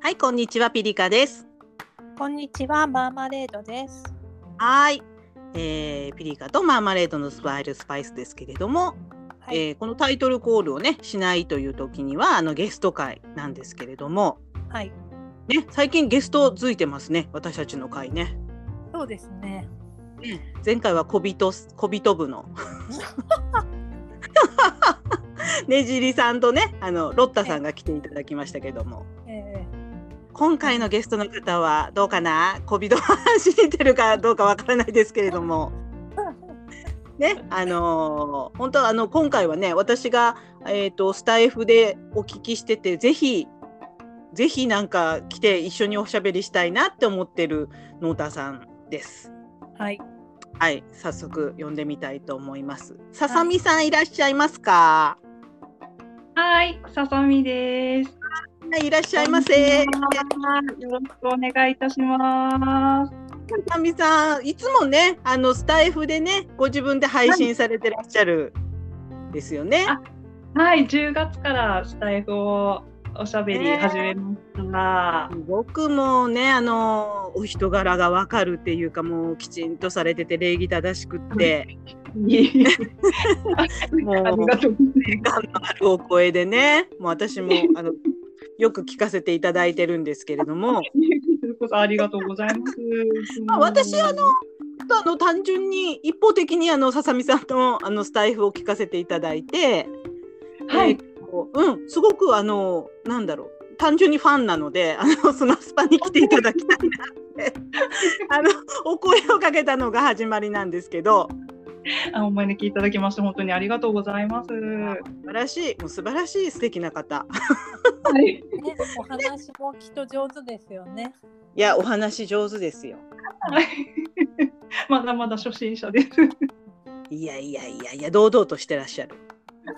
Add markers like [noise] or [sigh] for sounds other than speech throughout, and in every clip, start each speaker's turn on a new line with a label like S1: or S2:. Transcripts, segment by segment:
S1: はい、こんにちは、ピリカです。
S2: こんにちは、マーマレードです。
S1: はい、えーピリカとマーマレードのスパイルスパイスですけれども、
S2: は
S1: え
S2: い、
S1: ーこのタイトルコールをねしないという時にはあのゲスト会なんですけれども、
S2: はい、
S1: ね最近ゲストづいてますね、私たちの会ね。
S2: そうですね。
S1: 前回は小人す小人部のねじりさんとねあのロッタさんが来ていただきましたけども。
S2: え
S1: 今回のゲストの方はどうかな小人を走ってるかどうかわからないですけれども。ね、あのー本当はあの今回はね私が、えー、とスタイフでお聞きしててぜひぜひなんか来て一緒におしゃべりしたいなって思ってるノータさんです。
S2: ーはい、
S1: はい早速呼んでみたいと思います。ささみさんいらっしゃいますか、
S3: はい、ささみです。い
S1: はい、いらっしゃいませ。
S3: よろしくお願いいたします。
S1: さみさん、いつもね、あのスタイフでね、ご自分で配信されてらっしゃる。ですよね。
S3: あはい、10月からスタイフをおしゃべり始めま
S1: [laughs]
S3: した。
S1: 僕もね、あのお人柄がわかるっていうか、もうきちんとされてて礼儀正しくって。
S3: いい
S1: もう
S3: ありがとうございま
S1: 頑張るお声でね、もう私も、あの。よく聞かせていただいてるんですけれども、
S3: す。それこそありがとうございます。
S1: まあ私あのあの単純に一方的にあのささみさんのあのスタイフを聞かせていただいて、
S3: は
S1: えー
S3: い、
S1: とうん、すごくあの、なんだろう。単純にファンなので、あ [laughs] の、スマスパに来ていただきたいなって。 [laughs] あの、お声をかけたのが始まりなんですけど。
S3: あお招きいただきまして本当にありがとうございます。は
S1: 素晴らしい、もう素晴らしい素敵な方。
S3: い、
S2: ーね、お話もきっと上手ですよね。
S1: いや、お話上手ですよ。
S3: はい [laughs] まだまだ初心者です。
S1: いやいやいやいや、堂々としてらっしゃる。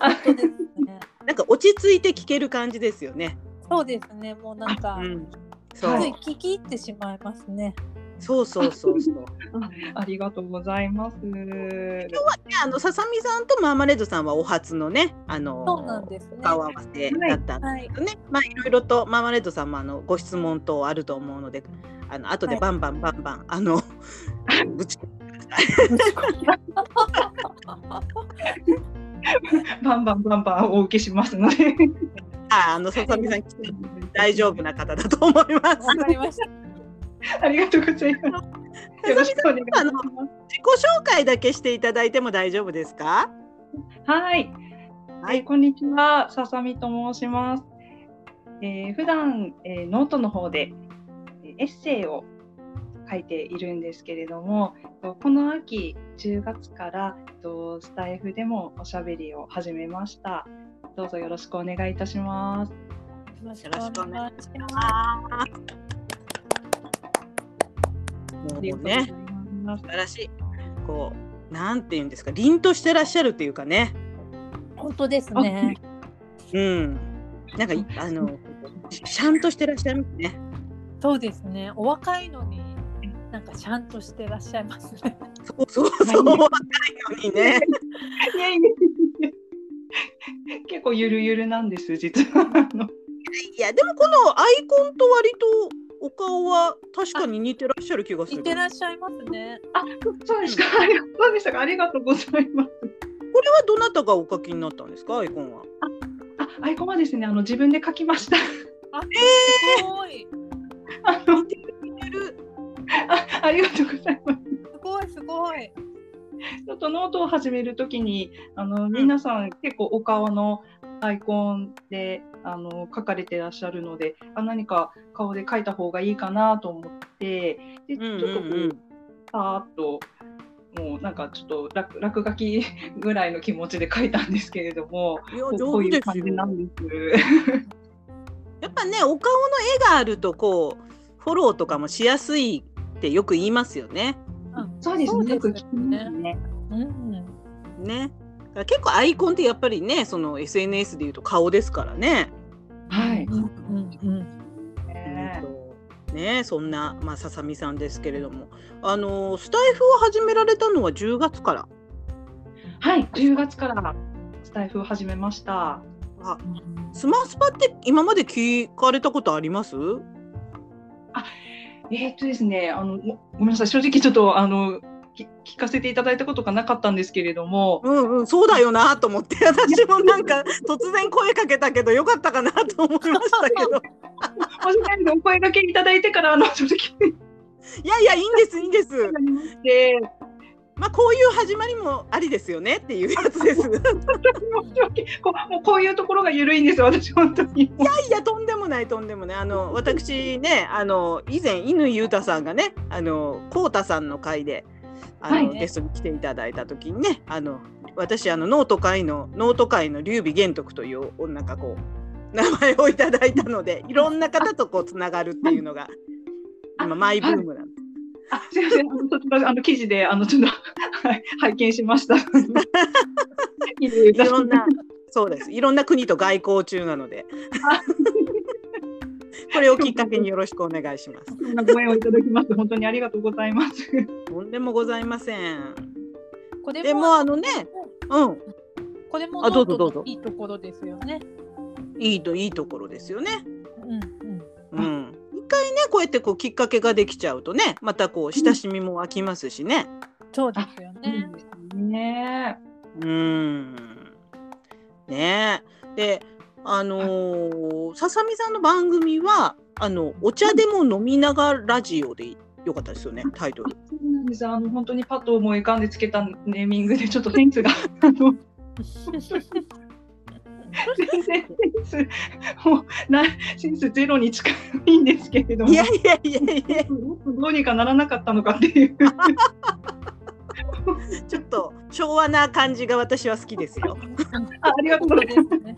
S3: あ
S2: そうですね。
S1: なんか落ち着いて聞ける感じですよね。
S2: そうですね。もうなんか、
S1: うん。そ
S2: つ
S1: う
S2: い、聞き入ってしまいますね。
S1: そうそうそうそう。
S3: ありがとうございます。
S1: であの、ささみさんとマーマレードさんはお初のね、あ
S2: そうなん
S1: の。
S2: ですね。
S1: 顔合わせだったん
S2: はい、
S1: ね、まあいろいろとマーマレードさんもあのご質問等あると思うので、あの後で
S2: はい
S1: バンバンバンバン、あ [laughs] のぶち
S3: バンバンバンバンお受けします
S1: [laughs]
S3: ので。
S1: ああのささみさんきっと大丈夫な方だと思います。
S2: わかりました。
S3: ありがとうございます。よろしくお願いします。
S1: 自己紹介だけしていただいても大丈夫ですか？
S3: はい、
S1: は
S3: えー
S1: い、
S3: こんにちは、ささみと申します。えー普段、えーノートの方でえーエッセイを書いているんですけれども、とこの秋10月からとスタイフでもおしゃべりを始めました。どうぞよろしくお願いいたします。
S2: よろし
S1: よろしく
S2: く
S1: お
S2: お
S1: 願
S2: 願いしま
S1: あーもうね
S3: ありがとうございます [laughs]
S1: 素。晴らしい。こうなんていうんですか、凛としてらっしゃるっていうかね、
S2: す。本当ですね。
S1: うん、なんかいあのちゃんとして [laughs] らっしゃいますね。
S2: そうですね。お若いのに、なんかちゃんとしてらっしゃいますね。
S1: そうそうそう若いのにね。
S3: いやいやいやいや結構ゆるゆるなんです実はあの
S1: いやでもこのアイコンと割とお顔は確かに似てらっしゃる気がする。
S2: いてらっしゃいますね。
S3: あそうですかありが [laughs] そうでしたかありがとうございます
S1: これはどなたがお書きになったんですかアイコンは。
S3: あアイコンはですねあの自分で書きました
S2: あ、すごい。
S3: あの
S1: 似てる
S3: あありがとうございます
S2: すごいすごい。
S3: ちょっとノートを始めるときにあの皆さん結構お顔のアイコンであの書かれてらっしゃるのであ何か顔で書いた方がいいかなと思ってでち
S1: う
S3: ょ
S1: ん
S3: っ
S1: う
S3: とこう、
S1: んうん。
S3: さーっともうなんかちょっと落落書きぐらいの気持ちで書いたんですけれども
S1: いや
S3: こうこ
S1: 上手
S3: うい
S1: で
S3: う感
S1: す
S3: じ
S1: よ。
S3: なんです。
S1: やっぱねお顔の絵があるとこうフォローとかもしやすいってよく言いますよね。
S2: うん
S3: そうですね。よく
S2: そう
S3: 聞
S2: です
S3: きますね。
S2: うん。
S1: ね。だから結構アイコンってやっぱりねその SNS でいうと顔ですからね。
S3: はい。
S2: うんうんうん。
S3: ね
S1: うんとねそんなまあささみさんですけれどもあのスタイフを始められたのは10月から。
S3: はい。10月からスタイフを始めました。
S1: あスマスパって今まで聞かれたことありますう
S3: えーっとですね、あの、ごごめんなさい、正直ちょっと、あの、き聞かせていただいたことがなかったんですけれども、
S1: うんうん、そうだよなと [laughs] 思って、私もなんか突然声かけたけど、よかったかなと思いましたけ [laughs] ど。
S3: もし何かお声掛けいただいてから、あの、正直
S1: いやいや、いいんです、いいんです。
S3: になりまして、
S1: まあ、こういう始まりもありですよねっていうやつです。い
S3: 申し訳こうもうこういうところが緩いんです、私、本当に。
S1: や、とんでもない、とんでもない、あの、私ね、あの、以前、乾裕太さんがね、あの、こうたさんの会で。あの、
S3: はいね
S1: ゲストに来ていただいた時にね、あの、私、あの、ノート会の、ノート会の劉備玄徳という、おなんかこう。名前をいただいたので、いろんな方とこうつながるっていうのが、
S3: あ
S1: 今マイブームなんで
S3: あ、すいません。あの、ちょっとあの記事で、あの、ちょっと、はい、拝見しました。
S1: [laughs]。
S3: いいです
S1: いろんな、そうです。いろんな国と外交中な
S3: [laughs]
S1: ので。これをきっかけによろしくお願いします。
S3: そんなご縁をいただきまして、本当にありがとうございます。
S1: とんでもございません。
S2: これ
S1: でもあのね、うん、
S2: これも
S1: あ
S2: ノ
S1: どうぞ
S2: ート
S1: どうぞ
S2: のいいところですよね。
S1: いいといいところですよね。
S2: うんうん。
S1: うん。一回ね、こうやってこうきっかけができちゃうとね、またこう親しみも湧きますしね。
S2: そうですよね。
S3: ね
S1: うん。ねえ。で、あのー、ささみさんの番組は、あの、お茶でも飲みながらラジオでよかったですよね、タイトル。 [laughs]
S3: そうなんです。あの、本当にパッと思い浮かんでつけたネーミングで、ちょっとセンス [laughs] が、あの、全然センス、もう、な、センスゼロに近いんですけれども。
S1: いやいやいやいや、
S3: もっとどうにかならなかったのかっていう。
S1: ちょっと昭和な感じが私は好きですよ。
S3: あありがとうございます。
S2: すね。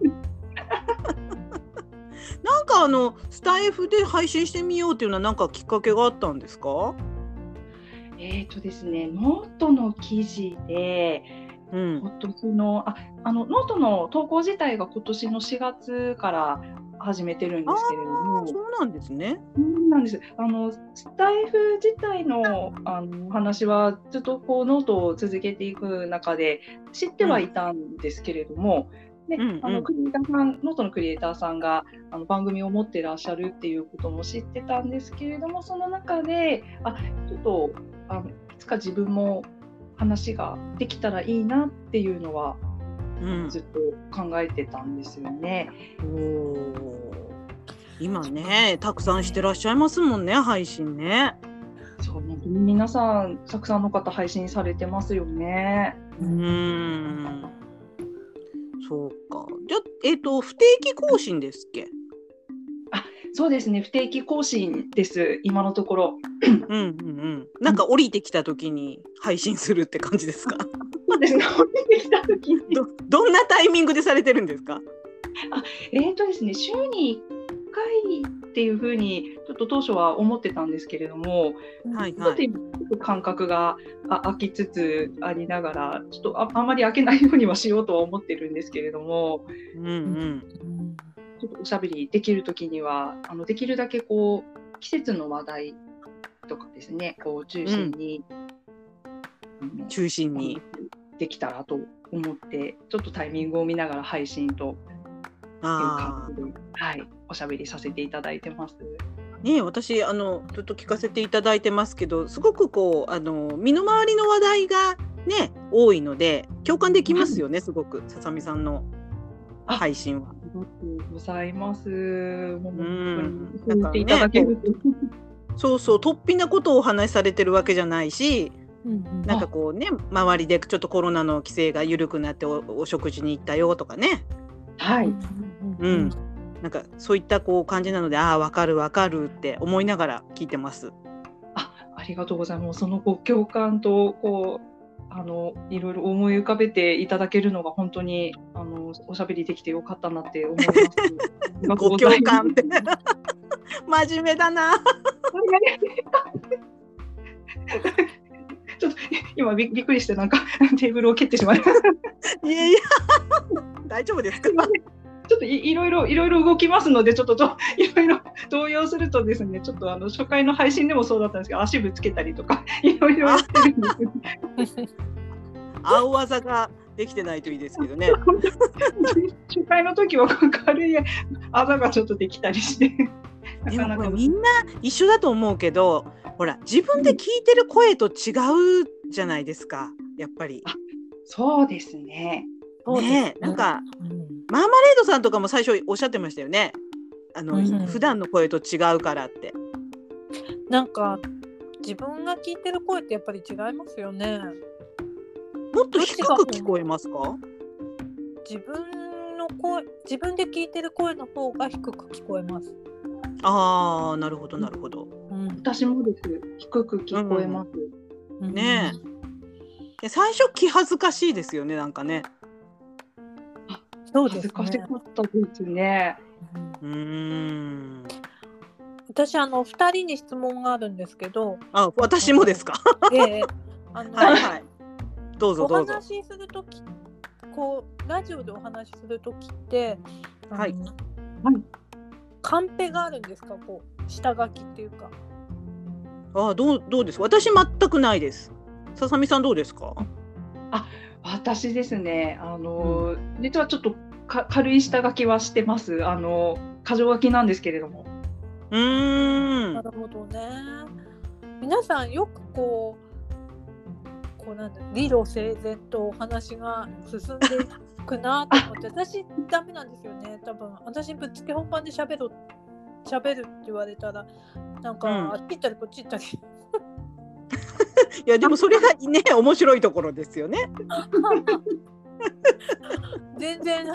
S1: なんかあのスタイフで配信してみようっていうのはなんかきっかけがあったんですか？
S3: えっとですね、ノートの記事で、
S1: うん。
S3: 今年のああのノートの投稿自体が今年の4月から始めてるんですけれども、そ
S1: そうなんですね。
S3: うなんです。あのスタイフ自体のあのお話はずっとこうノートを続けていく中で知ってはいたんですけれども。で
S1: うんうん
S3: あのクリエイターさんノートのクリエイターさんがあの番組を持ってらっしゃるっていうことも知ってたんですけれどもその中であちょっとあのいつか自分も話ができたらいいなっていうのは
S1: うん。
S3: ずっと考えてたんですよね。
S1: おー今ねたくさんしてらっしゃいますもんね配信ね。
S3: そう本当に皆さんたくさんの方配信されてますよね。
S1: うーん。そうか。じゃあえっ、と不定期更新ですっけ？
S3: そうですね不定期更新です今のところ。
S1: うんうんうん。なんか降りてきた時に配信するって感じですか？
S3: そうですね降りてきた時に。
S1: どどんなタイミングでされてるんですか？
S3: えっとですね週に1回っていうふうにちょっと当初は思ってたんですけれども、
S1: [laughs] はい
S3: ちょっ
S1: は
S3: と
S1: い。
S3: 今ちょっと感覚があ空きつつありながらちょっとああんまり開けないようにはしようとは思ってるんですけれども。
S1: うんうん。
S2: うん
S3: ちょっとおしゃべりできる時にはあのできるだけこう季節の話題とかですねこう中心に、あの
S1: 中心に。
S3: できたらと思ってちょっとタイミングを見ながら配信という
S1: あ
S3: 感じで、はい、おしゃべりさせていただいてます。
S1: あねえ私あのずっと聞かせていただいてますけどすごくこうあの身の回りの話題がね多いので共感できますよねすごくささみさんの
S3: あ
S1: 配信は
S3: あ。りがとうございます。もう
S1: うん
S3: 本当に聞いていただけると、
S1: そうそう突飛なことをお話しされてるわけじゃないし
S2: うん
S1: なんかこうね周りでちょっとコロナの規制が緩くなっておお食事に行ったよとかね
S3: [laughs] は
S2: う
S3: い、
S2: ん
S1: う
S2: うんんうん。
S1: なんかそういったこう感じなのでああわかるわかるって思いながら聞いてます。
S3: ありがとうございます。そのご共感とこうあのいろいろ思い浮かべていただけるのが本当にあのおしゃべりできてよかったなって思
S1: [laughs]
S3: います。ありがとう
S1: ご
S3: ざい
S1: 共
S3: ます
S1: 感って [laughs] 真面目だな。
S3: ちょっと今びびっくりしてなんか [laughs] テーブルを蹴ってしまいました。
S1: いやいや大丈夫ですか。
S3: ちょっといいろいろいろいろ動きますのでちょっとと [laughs] いろいろ動揺するとですねちょっとあの初回の配信でもそうだったんですけど足ぶつけたりとか [laughs] いろいろやってるんです。 [laughs]
S1: 青技ができてないといいですけどね。
S3: 初回の時はこう軽いあざがちょっとできたりして。
S1: でもこれ
S3: 難
S1: みんな一緒だと思うけどほら自分で聞いてる声と違うじゃないですかやっぱり。
S3: そうですね。
S2: そうです
S1: ねえなんか、
S2: うん
S1: マーマレードさんとかも最初おっしゃってましたよね。あの、
S2: うん
S1: 普段の声と違うからって。
S2: なんか自分が聞いてる声ってやっぱり違いますよね。
S1: もっと低く聞こえますか？
S2: 自分の声自分で聞いてる声の方が低く聞こえます。
S1: ああ、なるほどなるほど。
S2: うん、
S3: 私もです。低く聞こえます。
S1: ねで最初気恥ずかしいですよねなんかね。
S2: え、そうです
S3: 恥ず
S2: ね。
S3: かしかったですね。
S2: うん
S1: うーん。
S2: 私あの二人に質問があるんですけ
S1: [laughs]
S2: ど、
S1: あ、私もですか？
S2: ええあの、
S1: はいはい。どうぞ
S2: お
S1: どうぞ。
S2: 話しするとき、こうラジオでお話しするときって、あの
S1: はい
S3: はい
S2: カンペがあるんですか、こう下書きっていうか。
S1: あ、どうどうです？私全くないです。ささみさんどうですか？
S3: 私ですね。あの、実はちょっとか軽い下書きはしてます。あの箇条書きなんですけれども。
S1: うー。
S2: なんるほどね。皆さんよくこう、こうなんだ、理路整然とお話が進んでいくなと
S1: [laughs]
S2: 思って、私ダメなんですよね。多分私ぶっつけ本番で喋る喋るって言われたら、なんか、
S1: うん
S2: あっち行ったりこっち行ったり。
S1: いやでもそれがね面白いところですよね。
S2: 全然あの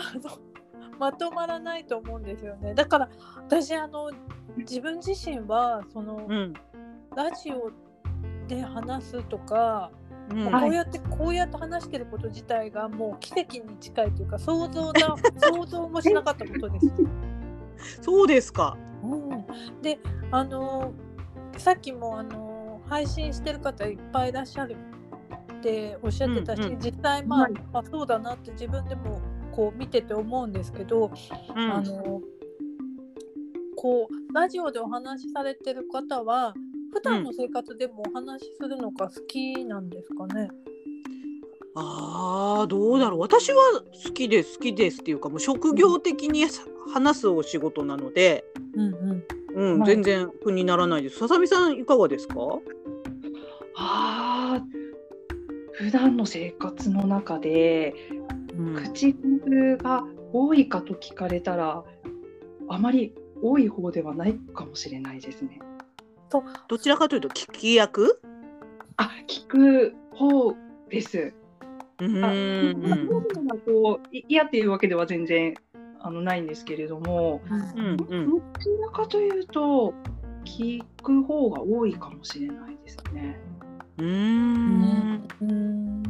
S2: まとまらないと思うんですよね。だから私あの自分自身はその
S1: うん。
S2: ラジオで話すとか、
S1: うん
S2: こ
S3: はいう
S2: やってこうやって話してること自体がもう奇跡に近いというか想像だ
S1: [laughs]
S2: 想像もしなかったことです。
S1: そうですか。
S2: うん、であのさっきもあの配信してる方いっぱいいらっしゃるっておっしゃってたし、
S1: うんうん
S2: 実際まあ,、
S3: はい
S2: あそうだなって自分でもこう見てて思うんですけど、
S1: う
S2: あ
S1: ん。
S2: のこうラジオでお話しされてる方は普段の生活でもお話しするのが好きなんですかね。
S1: ああどうだろう私は好きで好きですっていうかもう職業的にさ話すお仕事なので、
S2: うんうん、
S1: うん、
S3: はい
S1: 全然苦にならないです。ささみさんいかがですか？
S3: ああ。普段の生活の中で
S1: うん、
S3: 口数が多いかと聞かれたらあまり多い方ではないかもしれないですね。
S1: どちらかというと聞き役？
S3: あ聞く方です。
S1: う
S3: あ
S1: ー
S3: 聞く
S1: ん、
S3: 方がこうい嫌っていうわけでは全然あのないんですけれども、
S1: うん、うんうん。
S3: どちらかというと聞く方が多いかもしれないですね。
S1: うーん。
S2: うん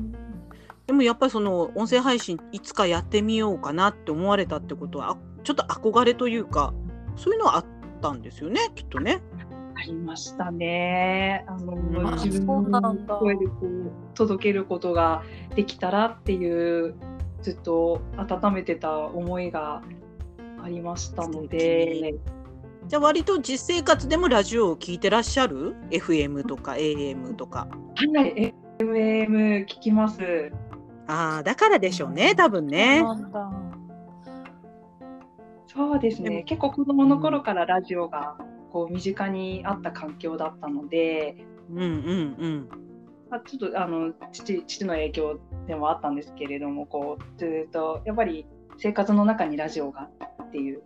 S1: でもやっぱりその音声配信いつかやってみようかなって思われたってことはあちょっと憧れというかそういうのはあったんですよねきっとね。
S3: ありましたね。あの、
S1: んあ
S3: 自分
S2: そうなんだ
S3: の声でこう届けることができたらっていうずっと温めてた思いがありましたので、
S1: じゃあ割と実生活でもラジオを聞いてらっしゃる FM とか AM とか
S3: はい FM 聞きます。
S1: ああだからでしょうね多分ね。
S2: なんだ
S3: そうです
S1: で
S3: ね
S1: も。
S3: 結構子供の頃からラジオがこう身近にあった環境だったので、
S1: うんうん
S3: まあ、ちょっとあの父父の影響でもあったんですけれども、こうずっとやっぱり生活の中にラジオがっていう。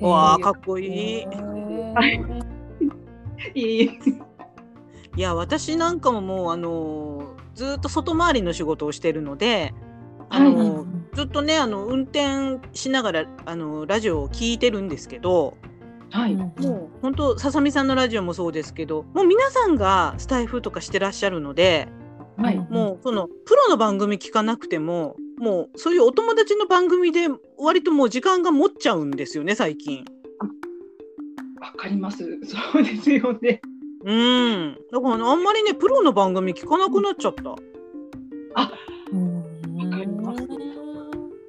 S1: うん。わあ
S3: えー
S1: かっこいい
S2: へ。
S3: いい
S1: いや私なんかももうあのーずーっと外回りの仕事をしてるので、あ
S3: はい
S1: のーずっとねあの運転しながらあのーラジオを聞いてるんですけど、
S3: はい、
S1: もう本当ささみさんのラジオもそうですけど、もう皆さんがスタイフとかしてらっしゃるので、
S3: はい、
S1: もうそのプロの番組聞かなくても、もうそういうお友達の番組で割ともう時間が持っちゃうんですよね最近。
S3: わかります。そうですよね。
S1: うん。だからあのあんまりねプロの番組聞かなくなっちゃった。
S2: うん
S3: わかります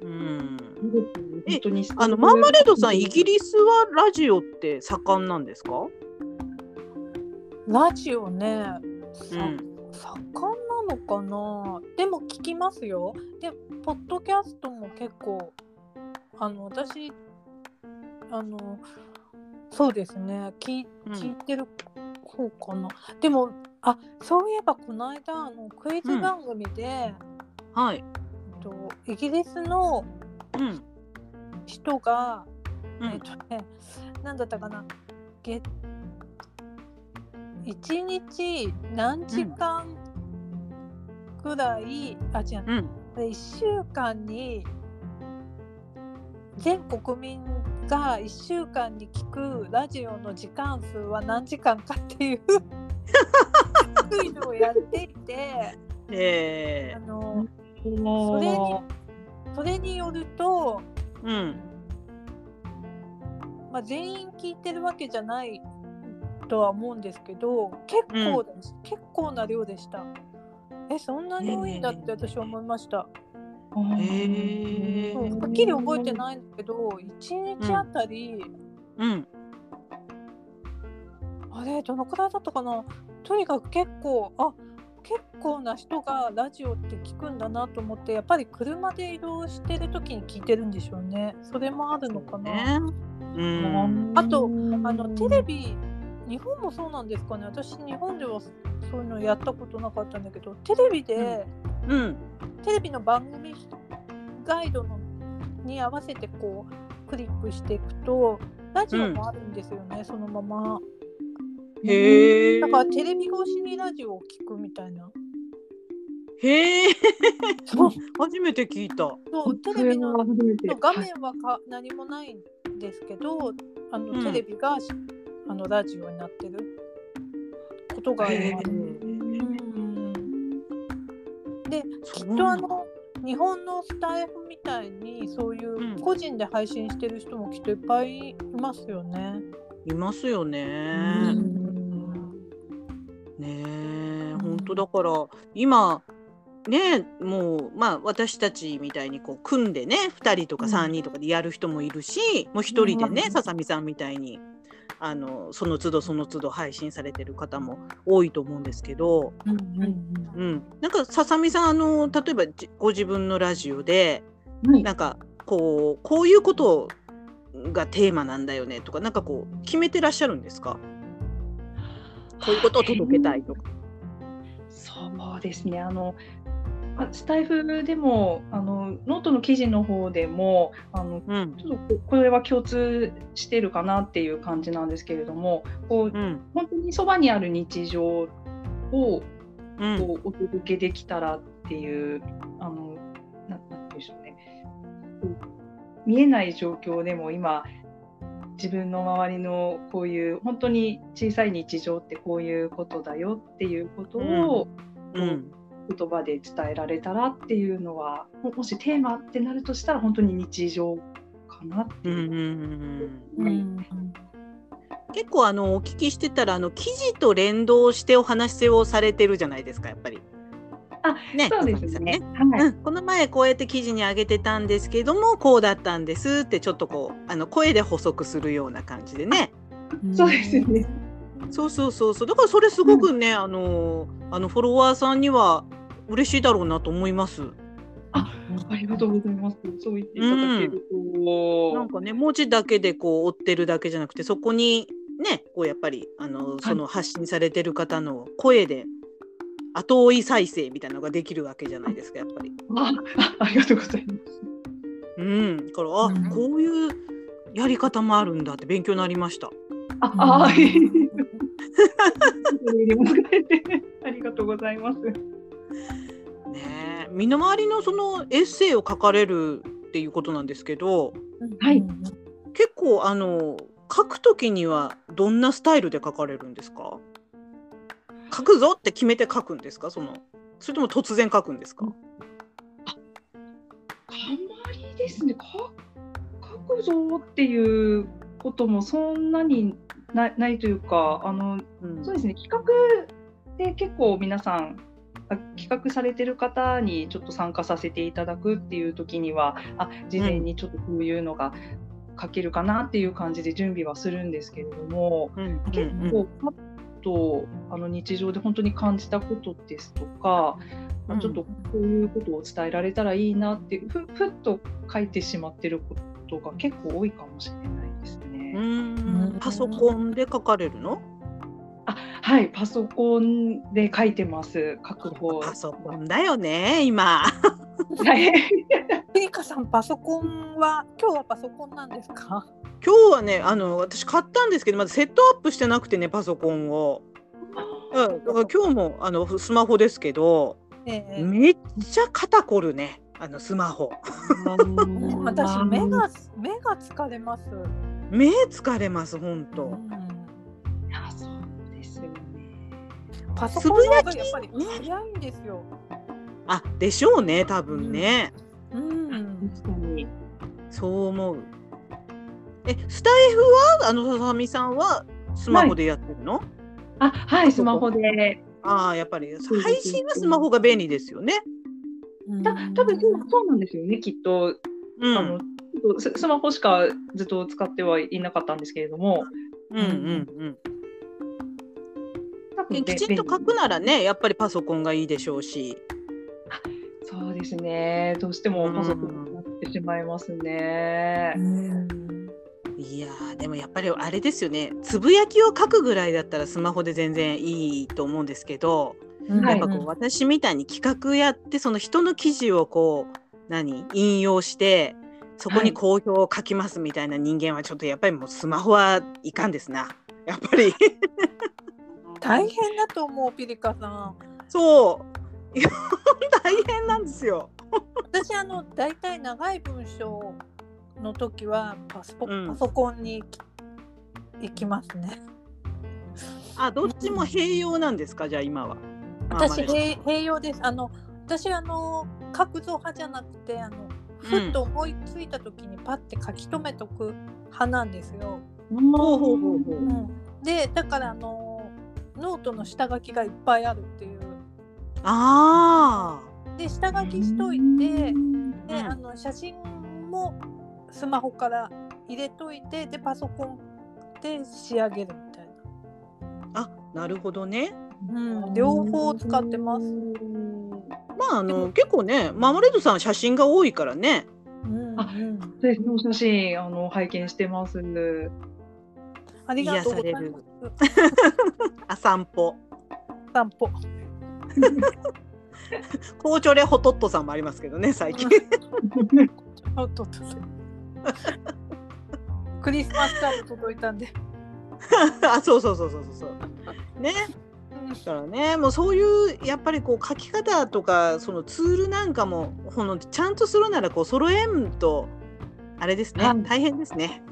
S1: うん。え
S3: 本当に
S1: あのマーマレードさん、イギ
S3: リ
S1: リスはラジオって盛んなんですか？
S2: ラジオね、さ
S1: うん
S2: 盛んなのかなでも聞きますよでポッドキャストも結構あの私あのそうですね聞い
S1: うん
S2: 聞いてる方かな、でもあそういえばこの間あのクイズ番組で、え
S1: はい。
S2: っとイギリスの
S1: うん。
S2: 人が、
S1: う
S2: えっ
S1: ん。
S2: とね何だったかな月一日何時間ぐらい、あ違う
S1: うん。
S2: 1週間に全国民が1週間に聞くラジオの時間数は何時間かっていうクイズをやっていて
S1: え
S2: あ
S1: ー。
S2: の
S3: そ
S2: れにそれによると、
S1: うん。
S2: まあ、全員聞いてるわけじゃないとは思うんですけど結構です、結構な量でした。えそんなに多いんだって私は思いました。
S1: え
S2: そう
S1: ー。
S2: はっきり覚えてないんだけど1日あたり、
S1: うん。
S2: あれどのくらいだったかなとにかく結構あ結構な人がラジオって聞くんだなと思ってやっぱり車で移動してる時に聞いてるんでしょうねそれもあるのかな、
S1: ね。うん。
S2: あとあのテレビ日本もそうなんですかね私日本ではそういうのやったことなかったんだけどテレビで、
S1: うん。
S2: テレビの番組ガイドのに合わせてこうクリックしていくとラジオもあるんですよね、そのまま
S1: へえ
S2: だ。からテレビ越しにラジオを聞くみたいな。
S1: へえ。
S2: そう
S1: 初めて聞いた。
S2: そうテレビの
S3: 初めて
S2: 画面はか何もないんですけどあの、
S1: うん
S2: テレビがしあのラジオになってることがあ
S1: へ
S2: り
S1: え
S2: ます。うんでき
S1: そ
S2: っ
S1: う
S2: と
S1: な
S2: あ
S1: んだ
S2: の日本のスタイフみたいにそうい
S1: うん
S2: う個人で配信してる人もきっといっぱいいますよね。
S1: いますよ
S2: う
S1: ね。
S2: ん
S1: ねえ、本当だから今ねえもうまあ私たちみたいにこう組んでね2人とか
S2: うん
S1: 3人とかでやる人もいるし、もう1人でね
S2: うん
S1: ささみさんみたいにあのその都度その都度配信されてる方も多いと思うんですけど、うん、なんかささみさんあの例えばじご自分のラジオで
S3: はい
S1: なんかこうこういうことがテーマなんだよねとかなんかこう決めてらっしゃるんですかこういうことを届けたいとか。
S3: そうですねあのあスタイフでもあのノートの記事の方でもあの
S1: うん
S3: ちょっとここれは共通してるかなっていう感じなんですけれどもこう
S1: うん
S3: 本当にそばにある日常
S1: う
S3: を
S1: ん
S3: こうお届けできたらっていう、あのななんて言うんでしょうねこう見えない状況でも今自分の周りのこういう本当に小さい日常ってこういうことだよっていうことを
S1: うん
S3: 言葉で伝えられたらっていうのは、ももしテーマってなるとしたら本当に日常かなって
S1: うんうん
S3: いうう。
S1: ん
S2: うん
S1: 結構あのお聞きしてたらあの記事と連動してお話をされてるじゃないですかやっぱり。
S3: あ
S1: ね
S3: そうで
S1: 笠見
S3: す
S1: さん
S3: ね。はい、
S1: うん、この前こうやって記事に上げてたんですけどもこうだったんですってちょっとこうあの声で補足するような感じでね
S3: そうですね。
S1: そうそうそうそうだからそれすごくね、あのあのフォロワーさんには嬉しいだろうなと思います。
S3: ありがとうございます。そう言っていただけると、
S1: なんかね文字だけでこう追ってるだけじゃなくてそこにねこうやっぱりあのその発信されてる方の声で後追い再生みたいなのができるわけじゃないですかやっぱり。
S3: あ、あありがとうございます。
S1: うん、だからあ、
S2: うん
S1: こういうやり方もあるんだって勉強になりました。
S3: あ、
S2: うん
S3: あ、いえいえありがとうございます。
S1: ねえ身の回りのそのエッセイを書かれるっていうことなんですけど
S3: はい
S1: 結構あの書くときにはどんなスタイルで書かれるんですか書くぞって決めて書くんですかそのそれとも突然書くんですか
S3: あまりですね、か書くぞっていうこともそんなになないというか、あの
S1: うん
S3: そうですね、企画で結構皆さん、あ企画されてる方にちょっと参加させていただくっていう時には、あ事前にちょっとこういうのが書けるかなっていう感じで準備はするんですけれども、
S1: うん
S3: 結構パッとあの日常で本当に感じたことですとか、まあ
S1: うん
S3: ちょっとこういうことを伝えられたらいいなってふふっと書いてしまってることが結構多いかもしれないです
S1: うんうう
S3: ね。
S1: ん。パソコンで書かれるの？
S3: はい、パソコンで書いてます。確保。
S1: パソコンだよね、今。 [laughs]
S3: はい。
S2: ピリカさんパソコンは今日はパソコンなんですか？
S1: 今日はね、あの私買ったんですけど、まだセットアップしてなくてね、パソコンを。うん、だから今日もあのスマホですけど、
S2: ええ
S1: めっちゃ肩こるね、あのスマホ。
S2: うん私目が目が疲れます。
S1: 目疲れます、本当。
S3: あそうですよね。
S2: パソコンの方がやっぱり早いんですよ。
S1: あ、でしょうね、多分ね。
S2: うん。
S3: 確かに。
S1: そう思う。え、スタイフはあのささみさんはスマホでやってるの？
S3: あ、はい、スマホで。
S1: ああ、やっぱり
S3: そうです
S1: 配信はスマホが便利ですよね。
S3: た多分そうそうなんですよね、きっと。
S1: う
S3: あの
S1: ん
S3: ち、ょっとススマホしかずっと使ってはいなかったんですけれども、
S1: うん、うん、うん。
S3: 多分
S1: きちんと書くならね、やっぱりパソコンがいいでしょうし。
S3: そうですね、どうしてもパソコンになってしまいますね。
S1: いやーでもやっぱりあれですよねつぶやきを書くぐらいだったらスマホで全然いいと思うんですけど、
S3: は
S1: や
S3: い
S1: っぱこう私みたいに企画やってその人の記事をこう何引用してそこに好評を書きますみたいな人間はちょっとやっぱりもうスマホはいかんですなやっぱり [laughs]
S2: 大変だと思うピリカさん。
S1: そういや [laughs] 大変なんですよ。
S2: 私あの大体長い文章の時はパソコン、
S1: うん
S2: パソコンに行きますね。
S1: あどっちも併用なんですかじゃあ今は。
S2: 私
S1: まあまあ
S2: 併併用です。あの私あの書くぞ派じゃなくてあのふっと思いついた時にパッて書き留めとく派なんですよ。
S1: ほうほうほうほう
S2: うん、でだからあのノートの下書きがいっぱいあるっていう。
S1: あ
S2: で下書きしといて、で、
S1: うん
S2: あの写真もスマホから入れといてでパソコンで仕上げるみたい
S1: ーあなるほどね。
S2: な、うん、両方使ってます、う
S3: そ
S1: まああ
S2: で
S1: の結構ねマーマレードさんは写真が多いからね
S2: ん
S3: あ
S2: うん、
S3: うですね、お写真あの拝見してます。は
S2: ありがとうございます
S1: 癒あ散歩
S2: 散 [laughs] 歩
S1: 校長でほとっとさんもありますけどね最近
S2: あっとっとクリスマスカード届いたんで、
S1: [laughs] あそうそうそうそうそうそうねだからねもうそういうやっぱりこう書き方とかそのツールなんかもこのちゃんとするならこう揃えんとあれですね
S3: はい
S1: 大変ですね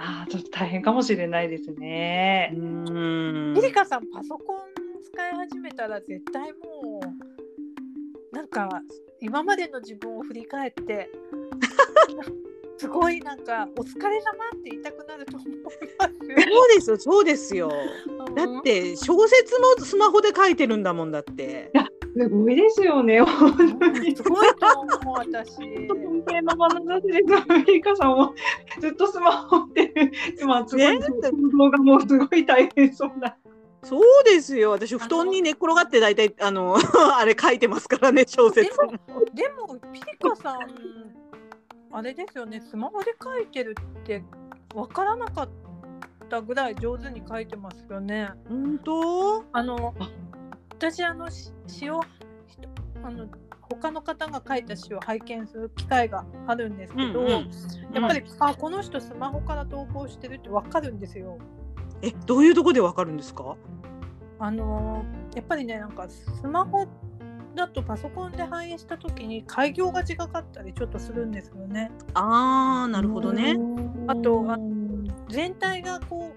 S3: あー、ちょっと大変かもしれないです
S1: う
S3: ね。
S1: ーん
S2: ピリカさんパソコン使い始めたら絶対もうなんか今までの自分を振り返って [laughs] すごいなんかお疲れ様って言いたくなると思います
S1: そうですよそうですよだっ
S2: うん
S1: て小説もスマホで書いてるんだもんだって
S3: すごいですよね。本当に
S2: すごいと思う私
S3: 尊敬の眼差しです。アメリカさんもずっとスマホで今すごい
S1: ね
S3: 動画もすごい大変そうな。
S1: そうですよ私布団に寝っ転がって大体あの [laughs] あれ書いてますからね小説も
S2: でもピリカさんあれですよねスマホで書いてるってわからなかったぐらい上手に書いてますよね。
S1: 本当
S2: あの
S3: あ
S2: 私あのし詩をひとあの他の方が書いた詩を拝見する機会があるんですけど、
S1: うんうん
S2: やっぱり、あこの人スマホから投稿してるってわかるんですよ。
S1: えどういうとこでわかるんですか
S2: あのーやっぱりねなんかスマホだとパソコンで反映した時に開業が違かったりちょっとするんですよね。
S1: あーなるほどね。
S2: あとあ全体がこ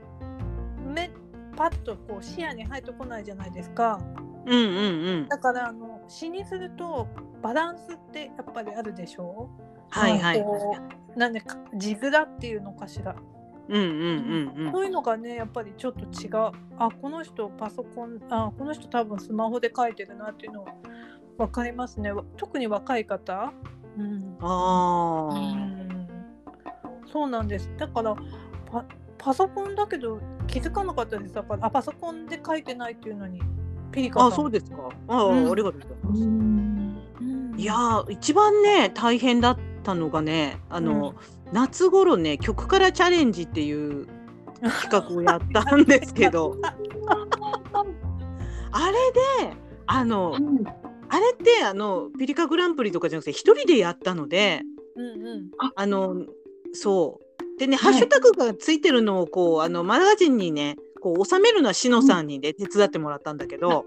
S2: う目パッとこう視野に入ってこないじゃないですか。
S1: うんうんうん。
S2: だからあの詩にするとバランスってやっぱりあるでしょ
S1: はいはい。
S2: こうなんでか字面っていうのかしら、
S1: うんうんうんう
S2: そ
S1: ん。
S2: ういうのがねやっぱりちょっと違うあこの人パソコンあこの人多分スマホで書いてるなっていうのは分かりますねわ特に若い方、うんう
S1: あ
S2: ん、そうなんですだからパパソコンだけど気づかなかったですだからあパソコンで書いてないっていうのにピリ
S1: あ。
S2: カ
S1: あ
S2: さん
S1: そうですか。ああ、
S2: うん
S1: ありがとうございます。
S3: うん
S2: うん
S1: いやー一番ね大変だったのがねあの、夏頃ね曲からチャレンジっていう企画をやったんですけ
S2: [laughs]
S1: どあれであの
S3: うん
S1: あれってあのピリカグランプリとかじゃなくて一人でやったので
S2: うんうん。
S1: あのそうでね、
S3: はい
S1: ハッシュタグがついてるのをこうあのマガジンにねこう収めるのはしのさんにね、手伝ってもらったんだけど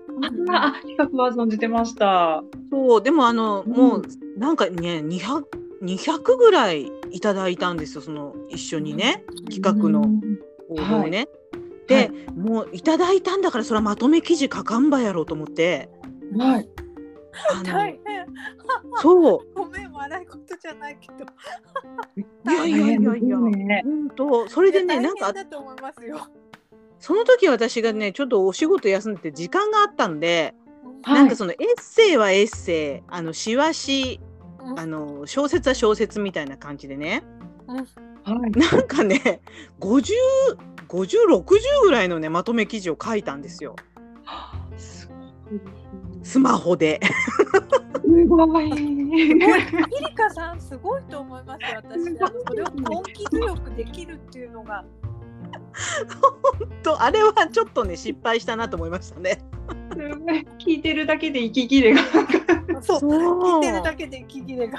S3: あ、あ企画は存じてました。
S1: そうでもあの、
S3: うん
S1: もうなんかね200 200ぐらいいただいたんですよその一緒にね。企画の
S3: うん
S1: 応募をね。で、
S3: はい
S1: もういただいたんだからそれはまとめ記事書かんばやろうと思って
S3: はい。 [laughs]
S1: あの
S2: 大変。
S1: そう
S2: ごめん笑いことじゃないけど。
S1: いやいやいやいや
S3: 大変ですね
S1: 本当それでね
S2: いや
S1: なんか
S2: 大変だと思いますよ。
S1: その時私がねちょっとお仕事休んでて時間があったんで、
S3: はい
S1: なんかそのエッセイはエッセイあの詩は詩
S2: うん
S1: あの小説は小説みたいな感じでね [laughs]
S3: はい。
S1: なんかね505060ぐらいのねまとめ記事を書いたんですよ
S3: す
S1: スマホで。 [laughs]
S3: ごい。
S2: ピリカさんすごいと思いますよ。
S1: [laughs]
S2: 私あのそれを根気強くできるっていうのが。
S1: とあれはちょっとね失敗したなと思いましたね。 [laughs]
S3: 聞いてるだけで息切れが。
S2: そう。
S1: 聞
S2: 聞いてるだけで息切れが。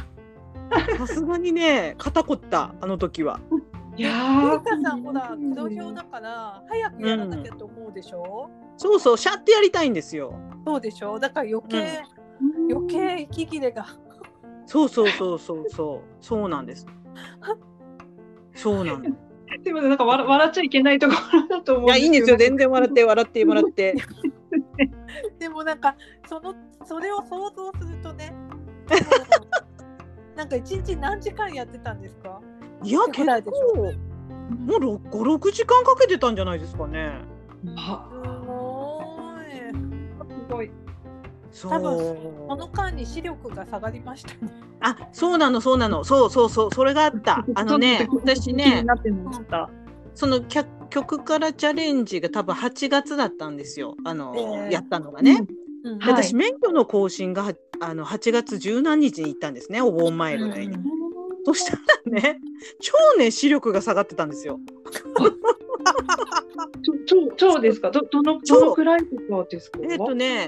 S1: さすがにね、肩こった、あの時は。
S3: い
S2: ピ
S3: や
S2: リカさんほら土俵だから早くやらなきゃと思うでしょ。
S1: そうそう、シャってやりたいんですよ。
S2: そうでしょ。だから余計、余計息切れが。 [laughs]
S1: そうそうそうそうそう、そうなん [laughs] です。そうなんです。
S3: すいません、なんか笑笑っちゃいけないところだと思う
S1: いや、いいんですよ。全然笑って、笑って、笑って。
S2: でもなんかそのそれを想像する
S1: [laughs]
S2: とね。なんか一日何時間やってたんですか。
S1: いや、結
S2: 辛いでしょ
S1: 構。もう六五六時間かけてたんじゃないですかね。
S3: あ
S2: すごい。
S3: すごい。
S1: そ
S2: 多分この
S1: う。
S2: 間に視力が下がりましたね。
S1: あ、そうなの、そうなの、そうそうそう、それがあった。
S3: [laughs]
S1: あのね、私ね。
S3: なってました。
S1: その曲曲からチャレンジが多分8月だったんですよあの、
S2: ええ
S1: やったのがね。
S2: うん
S1: で
S3: はい
S1: 私免許の更新がはあの8月十何日に行ったんですねお盆前ぐらいに。そしたらね超ね視力が下がってたんですよ。
S3: ちょ、ちょ、ちょですか。ど、どの、どのくらいとかですか。
S1: えっ、とね、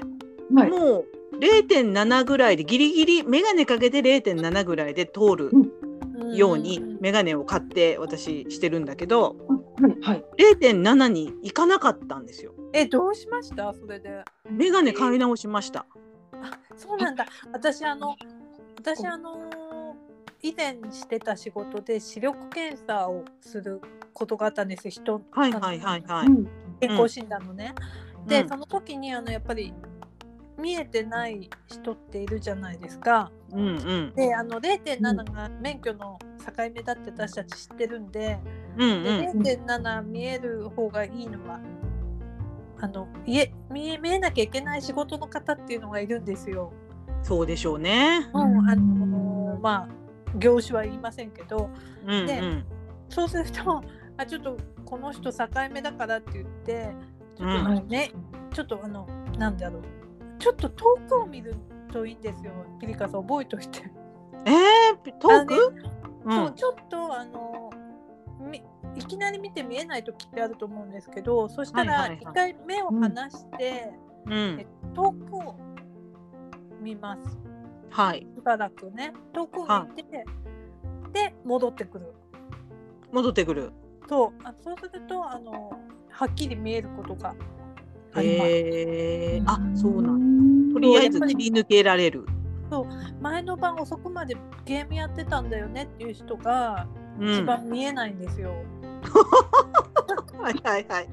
S3: はい。
S1: もう0.7ぐらいでギリギリ眼鏡かけて0.7ぐらいで通るように
S2: ん
S1: 眼鏡を買って私してるんだけど
S3: はい。
S1: 0.7に行かなかったんですよ。
S2: えどうしましたそれで。
S1: 眼鏡買い直しました。
S2: あそうなんだ。私あの私あの以前してた仕事で視力検査をすることがあったんですよ。人
S1: はいはいはいはい。
S2: 健康診断のね。で、
S1: うん
S2: その時にあのやっぱり見えてない人っているじゃないですか。
S1: うんうん
S2: であの0.7が免許の境目だって私たち知ってるんで。
S1: うんうん。
S2: で0.7見える方がいいのはあのいえ見え見えなきゃいけない仕事の方っていうのがいるんですよ。
S1: そうでしょうね。
S2: う、
S3: うんん
S2: あのまあ業種は言いませんけど
S1: うんうん
S2: でそうすると [laughs] あちょっとこの人境目だからって言ってちょっとあのね、ちょっとあのなんだろうちょっと遠くを見るといいんですよピリカさん覚えといて。
S1: えー、遠く、う、
S2: そうんちょっとあのみいきなり見て見えない時ってあると思うんですけどそした
S1: は
S2: ら
S1: いはい
S2: 一
S1: はい
S2: 回目を離して
S1: うん、
S2: 遠くを見ます
S1: はい
S2: しばらくね遠くを見てで戻ってくる
S1: 戻ってくる
S2: とあそうするとあのはっきり見えることがあります
S1: へえー、あそうなんだ
S3: ん
S1: とりあえず
S2: そうやっぱ
S1: 切
S2: り
S1: り抜けられる
S2: 前の晩遅くまでゲームやってたんだよねっていう人が
S1: う
S2: 一
S1: んは
S2: 番見えないんですよ。
S1: いはい [laughs] はい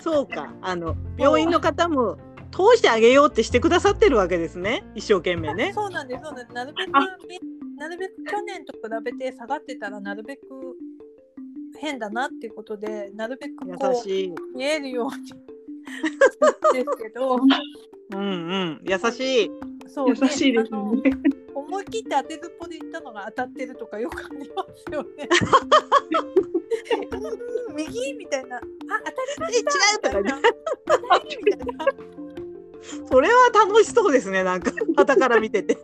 S1: そうかあの病院の方も通してあげようってしてくださってるわけですね一生懸命ね
S2: そうなんです。そうなんです。なるべく
S3: あ
S2: みなるべく去年と比べて下がってたらなるべく変だなっていうことでなるべく
S1: 優
S2: こ
S1: しいう
S2: 見えるように [laughs] するんですけど、
S1: うんうん優しい
S2: そう
S3: 優しいです
S2: あ
S3: ね
S2: の。思い切って当てずっぽで言ったのが当たってるとかよくありますよね。 [laughs] うん右みたいな、あ当たりました。
S1: え違うとかね
S2: 当たりみたい
S1: [laughs]
S2: な。
S1: そ [laughs] れは楽しそうですねなんか傍から見てて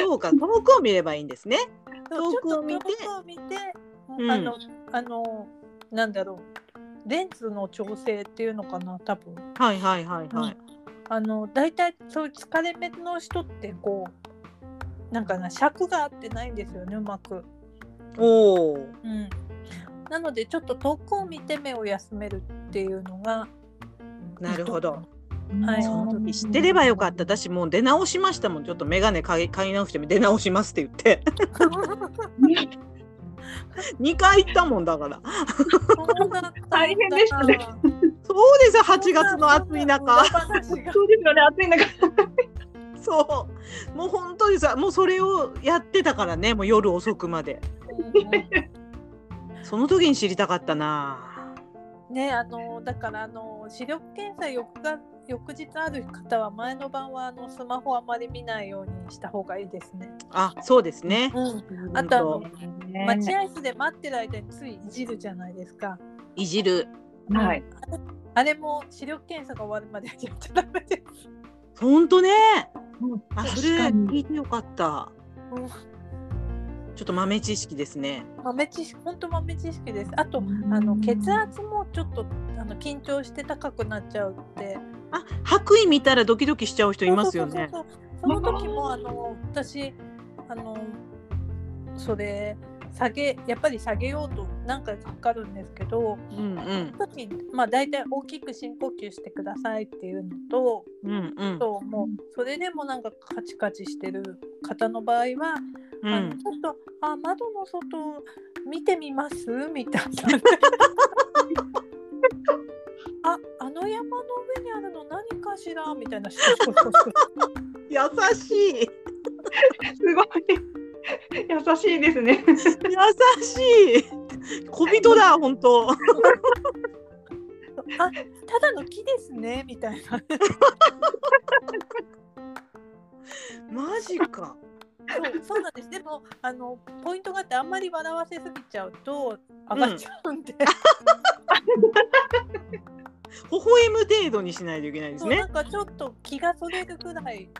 S1: そうか、遠くを見ればいいんですね。
S2: そう
S1: 遠くを見て
S2: ちょっと遠くを見て、
S1: うん
S2: あのあのなんだろうレンズの調整っていうのかな多分
S1: はいはいはいはい。
S2: あの大体そういう疲れ目の人ってこうなんかな尺が合ってないんですよねうまく、
S1: おお。
S2: うん、なのでちょっと遠くを見て目を休めるっていうの [laughs] が
S1: なるほど。
S2: はい
S1: その時知ってればよかった。私もう出直しましたもん。ちょっと眼鏡買い買い直しても出直しますって言って。2回行ったもんだから。
S2: そうだったんだ
S3: 大変でしたね
S1: そうですよ、8月の暑い中。
S2: そうだそうだ裏話が
S3: そうですよね、暑い中。
S1: そう。もう本当にさ、もうそれをやってたからね、もう夜遅くまで。その時に知りたかったな。
S2: ねあのだからあの視力検査翌が翌日ある方は前の晩はあのスマホあまり見ないようにした方がいいですね。
S1: あ、そうですね。
S2: うん、あ
S1: 本
S2: とあ
S1: 当
S2: の待合室で待ってる間についいじるじゃないですか。
S1: いじる。
S3: はい。
S2: あれも視力検査が終わるまでやっちゃダメです。
S1: 本当ね。あ、そ
S3: 確
S1: れ
S3: か
S1: 聞
S3: に
S1: いてよかった。ちょっと豆知識ですね。
S2: 豆知識本当豆知識です。あとあの血圧もちょっとあの緊張して高くなっちゃうって。
S1: あ、白衣見たらドキドキしちゃう人いますよね。
S2: そうそうそうそうその時もあの私あのそれ下げやっぱり下げようと何回かかるんですけど、
S1: うんうん
S2: その時まあ大体大きく深呼吸してくださいっていうのと、
S1: うんうん
S2: あともうそれでもなんかカチカチしてる方の場合は、
S1: う
S2: あのち
S1: ん。
S2: ょっとあ窓の外見てみ
S1: [laughs]
S2: ますみたいな。ああの山の上にあるの何かしらみたい
S1: [laughs]
S2: な人
S1: 優しい。
S3: すごい。優しいですね。
S1: 優しい。
S2: [laughs]
S1: 小人だ、本当。
S2: あただの木ですねみたいな
S1: マジか。
S2: そうそうなんですでもあのポイントがあってあんまり笑わせすぎちゃうと上がっちゃうんで、
S1: 微笑む程度にしないといけないです
S2: そう
S1: ね
S2: な。んかちょっと気がそれるぐら
S1: [laughs]
S2: い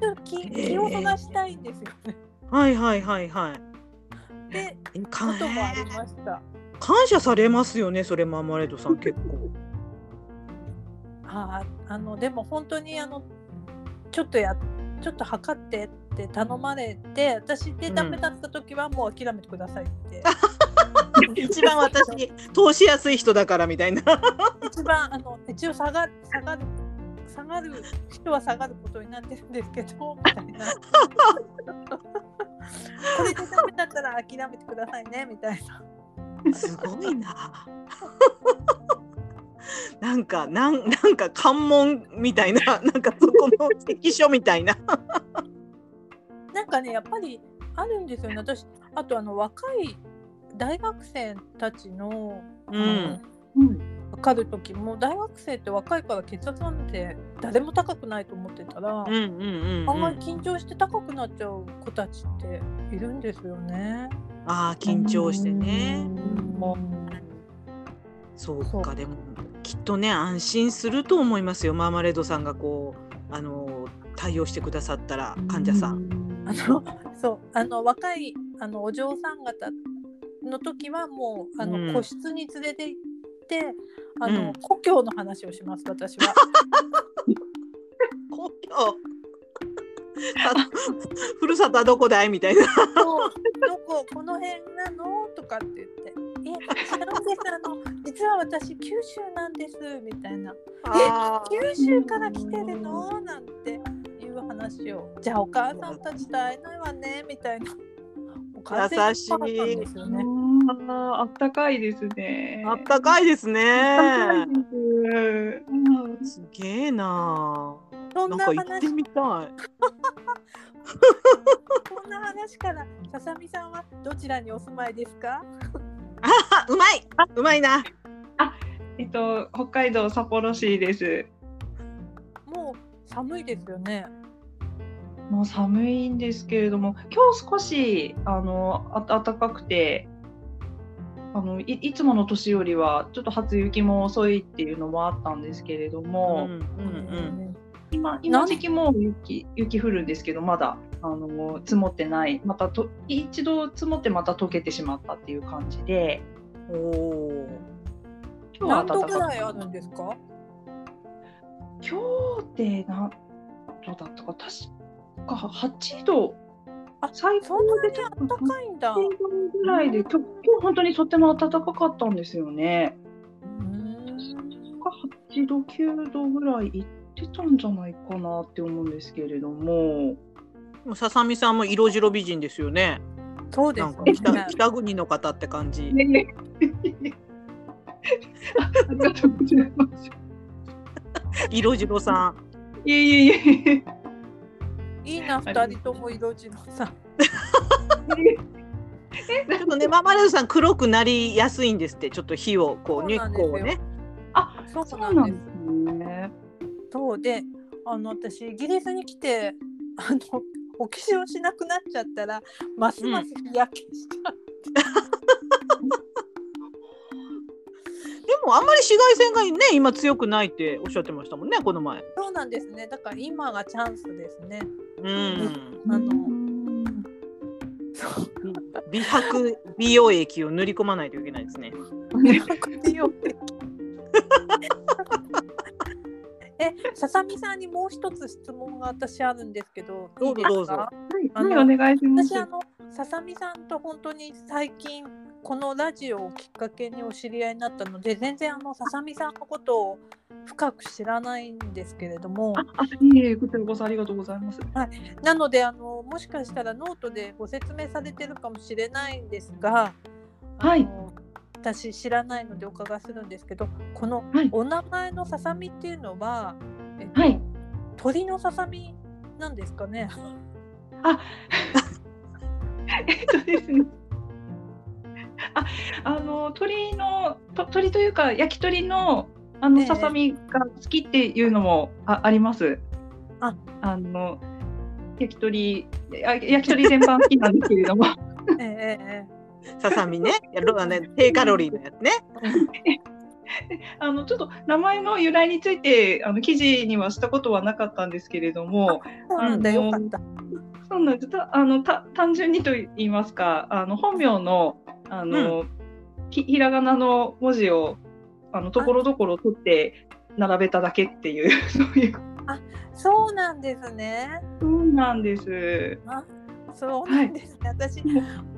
S2: ちょっと気
S1: ー
S2: 気をそらしたいんですよね。
S1: はいはいはいはい。
S2: で
S1: えか
S2: こともありました。
S1: 感謝されますよね、それマーマレードさん結構。
S2: ああのでも本当にあのちょっとやちょっと測ってって頼まれて私でダメだった時はもう諦めてくださいって、 [laughs]
S1: 一番私に通しやすい人だからみたいな。
S2: 一番あの一応下が下がる下がる人は下がることになってるんですけ
S1: [laughs]
S2: どみたいなこれでダメだったら諦めてくださいねみたいな
S1: すごいな。なんかなんなんか関門みたいななんかそこの関所みたいな。
S2: なんかねやっぱりあるんですよね私あとあの若い大学生たちの、
S1: う
S2: あの
S1: ん。
S2: 測る時も大学生って若いから血圧なんて誰も高くないと思ってたら、
S1: うんうんうん、
S2: あん
S1: う
S2: まり
S1: ん。
S2: 緊張して高くなっちゃう子たちっているんですよね。
S1: ああ緊張してね。
S3: も
S1: そうかでもきっとね安心すると思いますよマーマレードさんがこうあの対応してくださったら
S3: う
S1: 患者さん。
S3: ん。
S2: あのそうあの若いあのお嬢さん方の時はもうあの、
S1: うん
S2: 個室に連れて行ってあの、
S1: うん
S2: 故郷の話をします
S1: [laughs]
S2: 私は。
S1: 故 [laughs] 郷あのふるさとはどこだいみたいな。
S2: そうどここの辺なのとかって言って「いや違うんですあの実は私九州なんです」みたいな。
S1: あー
S2: 九州から来てるのなんていう話をじゃあお母さんたちと会えないわねみたいなお母さん
S1: 優しい
S2: お母さんですよね
S3: ああったかいですね。
S1: あったかいです
S3: あ
S1: ね
S3: ったかい。です。うん
S1: すげえなあ。
S2: そ
S1: なんん
S2: な
S1: か行って
S2: 話
S1: みたい。
S2: こんな話からささみさんはどちらにお住まいですか
S1: あ、うまい。うまいな。
S3: えっと北海道札幌市です。
S2: もう寒いですよね
S3: もう寒いんですけれども、今日少しあのあ暖かくて、あのいいつもの年よりはちょっと初雪も遅いっていうのもあったんですけれど
S1: うんう
S3: も、
S1: ん
S2: うん
S3: 今今
S2: なん
S3: 時期もう雪雪降るんですけどまだあの積もってないまたと一度積もってまた溶けてしまったっていう感じで
S1: おお。
S3: 今
S2: 何
S3: 日は
S2: 度
S3: 暖
S2: ぐ
S3: からい
S2: いあるんですか？
S3: 今日で何度だったか確か8度
S2: あ
S3: 最
S2: そんなに暖かいんだ。
S3: 8度ぐらいで今日今日本当にとても暖かかったんですよね。
S2: うん
S3: が8度9度ぐらい行ってたんじゃないかなって思うんですけれども
S1: もうささみさんも色白美人ですよね。
S2: そうで
S1: な
S2: す
S1: んか
S2: ね。
S1: 北北国の方って感じ。
S3: ありがとうございます。
S1: 色白さん。
S3: いえいえいえ。
S2: いいな二人とも色白さん。
S1: ちょっとね、まあ、マルさん黒くなりやすいんですって、ちょっと火をこう
S2: そ
S1: 日
S2: うなんです
S1: 光
S2: よ
S1: をね。
S2: そ
S3: そうう
S2: な
S3: なんん
S2: で。
S3: ですすね。
S2: そうで、あの私イギリスに来てあのお化粧しなくなっちゃったらますます日焼けした。
S1: でもあんまり紫外線がね、今強くないっておっしゃってましたもんね、この前。
S2: そうなんですね。だから今がチャンスですね。
S1: うん。
S2: あの
S1: 美白美容液を塗り込まないといけないですね。
S2: 美白美容液 [laughs] え、ささみさんにもう一つ質問が私あるんですけど、いいですか
S1: どうぞどうぞ
S3: はい、はい、お願いします
S2: 私。あのささみさんと本当に最近このラジオをきっかけにお知り合いになったので全然あのささみさんのことを深く知らないんですけれども
S3: あ、あいえいえ、こちらこそありがとうございます。
S2: なのであのもしかしたらノートでご説明されてるかもしれないんですが、あの
S3: はい
S2: 私知らないのでお伺いするんですけどこの
S3: はい
S2: お名前のささみっていうのは、えっと
S3: はい
S2: 鳥のささみなんですか
S3: [laughs]
S2: ね
S3: えっとですね。あ、あの鳥のと鳥というか焼き鳥のあ
S2: ええ
S3: のささみが好きっていうのもああります。
S2: あ、
S3: あの焼き鳥あ焼き鳥全般好きなんですけれども、 [laughs]
S2: ええええ
S1: ささみ
S2: [laughs]
S1: ね、やろうね、低カロリーのやつね。
S3: あのちょっと名前の由来についてあの記事にはしたことはなかったんですけれども、
S2: えそうなんだ
S3: あの
S2: よかった。
S3: そうなんです。たあのた単純にと言いますか、あの本名のあの、ひひらがなの文字をあのところどころ取って並べただけっていう [laughs] そういう。
S2: そうなんですね。
S3: そうなんです。
S2: あ、そうなんですね。私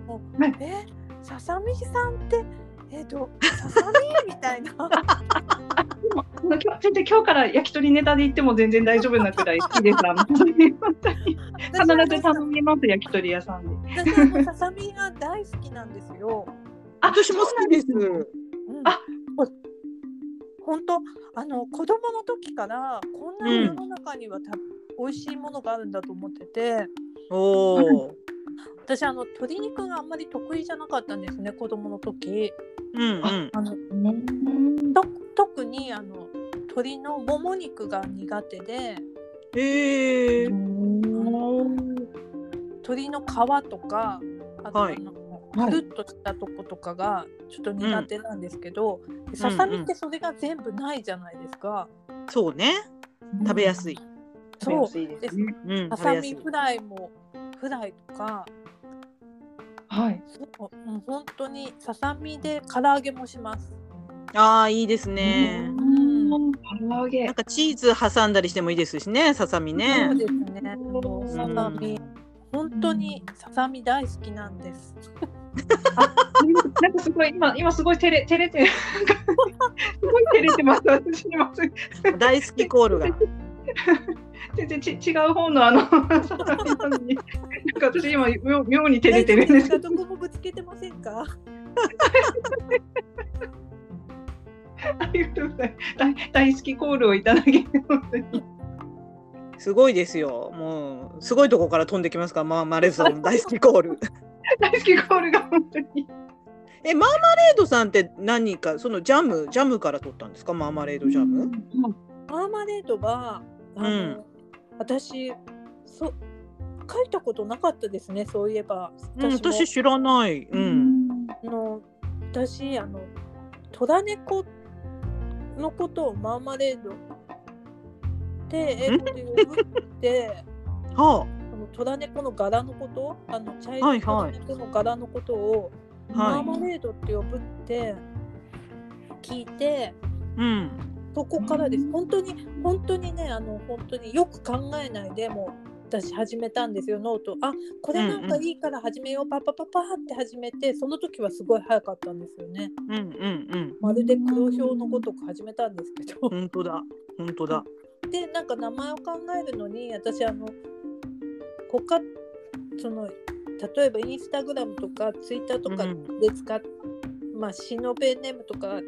S2: もう、
S3: はい
S2: え、ささみさんってえっ
S3: [laughs]
S2: とささみみたいな。
S3: あの今日全然今日から焼き鳥ネタで言っても全然大丈夫なくらい好きです。
S1: [laughs]
S3: あの本当に必ず頼みます焼き鳥屋さんで。
S2: 私あのささみが大好きなんですよ。
S3: あ
S1: 私も好きです。
S2: うん
S3: あ
S2: 本当あの子供の時からこんなに世の中にはた、美味しいものがあるんだと思ってて
S1: おお。
S2: 私あの鶏肉があんまり得意じゃなかったんですね子供の時
S1: うんうん。
S2: あのと特にあの鶏のもも肉が苦手で
S1: へえ。
S2: 鶏の皮とかあとあ
S1: はい
S2: の、
S3: は
S2: く
S3: い
S2: るっとしたとことかがちょっと苦手なんですけど、ささみってそれが全部ないじゃないですか、
S1: そうね。食べやすい。
S2: そう
S3: 食べやすいです
S2: で
S3: ね。
S1: うん。
S2: さ
S1: 食べ
S2: さ
S1: やす
S2: み
S1: い。
S2: フライもフライとか
S3: はい。
S2: そうもう本当にささみで唐揚げもします
S1: ああ、いいですね。
S2: ん
S3: うん唐揚げ
S1: なん。かチーズ挟んだりしてもいいですしね、ささみね
S2: そう。ですねもうささみ
S1: うん
S2: 本当にささみ大好きなんです
S3: なんかすごい今今すごい照れ照れてるすごい照れてます私すいません
S1: 大好きコールが。
S3: 全然ち違う方のあのささみなのになんか私今妙妙に照れてるんですけ
S2: 大好きなとこもぶつけてませんか
S3: どありがとうございます大大好きコールをいただき本当に
S1: すごいですよ。もう、すごいとこから飛んできますから、まあ、マレーさんの大好きコール。 [laughs]
S3: 大好きコールが本当に
S1: え、マーマレードさんって何か、そのジャム、ジャムから取ったんですか、マーマレードジャム。
S2: マーマレードはあの、
S1: うん
S2: 私そ書いたことなかったですねそういえば
S1: うん、
S2: も
S1: 私知らない。う。
S3: うんん
S2: あの私あの虎猫のことをマーマレードって英語で呼ぶって
S1: は
S2: あの虎猫の柄のことあの茶
S1: は
S2: 色
S1: い
S2: い
S1: はい
S2: 虎猫の柄のことを、
S1: はい
S2: マーマレードって呼ぶって聞いて
S1: うん。
S2: そこからで
S3: う
S2: す
S3: ん
S2: 本当に本当にねあの本当によく考えないでもう私始めたんですよノートあこれなんかいいから始めよう、パパパパーって始めてその時はすごい早かったんですよね
S1: うんうんうん。
S2: まるで黒ひょうのごとく始めたんですけど
S1: 本当だ。本当だ。
S2: [laughs] でなんか名前を考えるのに私あの他その例えばインスタグラムとかツイッターとか
S1: うん
S2: で使っ、まあシノベネームとか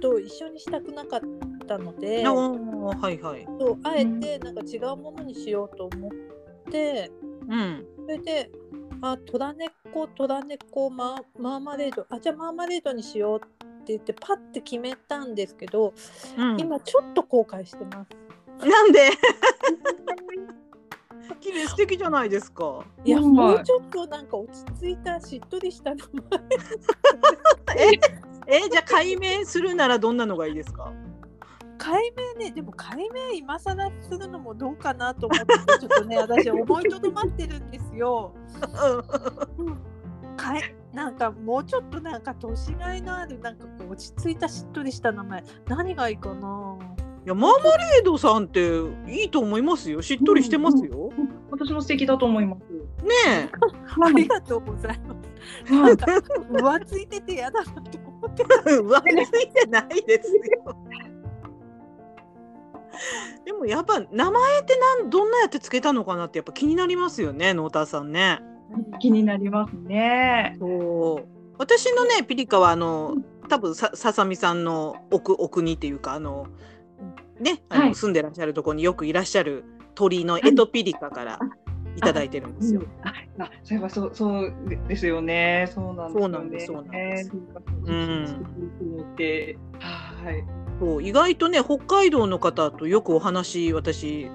S2: と一緒にしたくなかったので
S1: あおーはいはい。
S2: そうあえてなんか違うものにしようと思って
S1: うん。
S2: それで「あ虎猫虎猫マーマーマレードあじゃあマーマレードにしよう」って言ってパッて決めたんですけど
S1: うん、
S2: 今ちょっと後悔してます。
S1: なんで綺麗素敵じゃないですか。
S2: いや、
S3: うん
S2: もうちょっとなんか落ち着いたしっとりした名
S1: えじゃあ解明するならどんなのがいいですか。
S2: 前解明ねでも解明今更するのもどうかなと思ってちょっとね私思いとどまってるんですよ。かいなんかもうちょっとなんか年がいのあるなんかこう落ち着いたしっとりした名前何がいいかない
S1: やマーマレードさんっていいと思いますよ。しっとりしてますよ。
S3: 私も素敵だと思います。
S1: [laughs] ね
S2: ありがとうございます。なんか浮ついてて嫌だなと思って
S1: え、上向いてないですよ。でもやっぱ名前ってなんどんなやってつけたのかなってやっぱ気になりますよね、ノーターさんね。
S3: 気になりますね。
S1: そう私のねピリカはあの多分さささみさんの奥奥にっていうかあのねあの、
S3: はい
S1: 住んでらっしゃるとこによくいらっしゃる鳥のエトピリカからいただいてるんですよ。
S3: あ、あそういえばそうそうですよね。そうなんです
S1: そうな
S3: よね。
S1: んですそうなんです
S3: うん。ってはい。
S1: そう意外とね北海道の方とよくお話私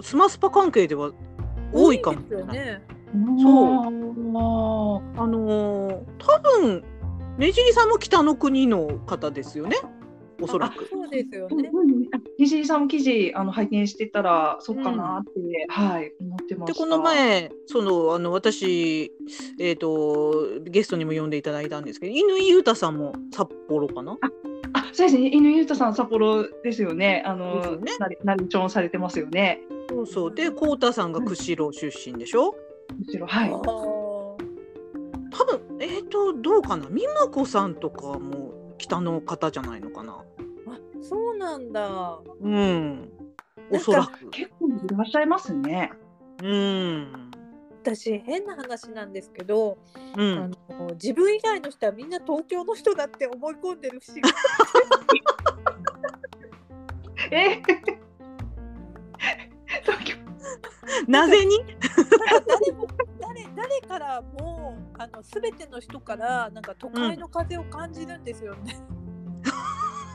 S1: スマスパ関係では多いかもし
S2: です
S1: れ
S2: よ
S1: ない。
S2: ね。
S1: そう
S3: も
S1: あのー多分ねじりさんも北の国の方ですよねおそらく。
S2: そうですよ
S3: う。
S2: ね。
S3: 西井さんも記事あの拝見してたらそうかなって、はい思ってまし
S1: で
S3: た。
S1: この前そのあの私、えー、とゲストにも呼んでいただいたんですけど乾裕太さんも札幌かな
S3: あそうですね犬ゆうたさん札幌ですよね。あ
S1: ですよ
S3: の
S1: ね
S3: なりナレーションされてますよね。
S1: そうそうで浩太さんが釧路出身でしょ
S3: むしろはい
S2: あ。ー
S1: 多分えっ、とどうかな美摩子さんとかも北の方じゃないのかな
S2: あそうなんだ。
S1: うんお
S2: なんか
S1: そらく
S3: 結構いらっしゃいますね。
S1: うん
S2: 私変な話なんですけど、
S1: う
S2: あ
S1: ん
S2: の自分以外の人はみんな東京の人だって思い込んでるし
S3: え東京
S1: なぜに
S2: 誰も誰誰からもあの全ての人からなんか都会の風を感じるんですよね。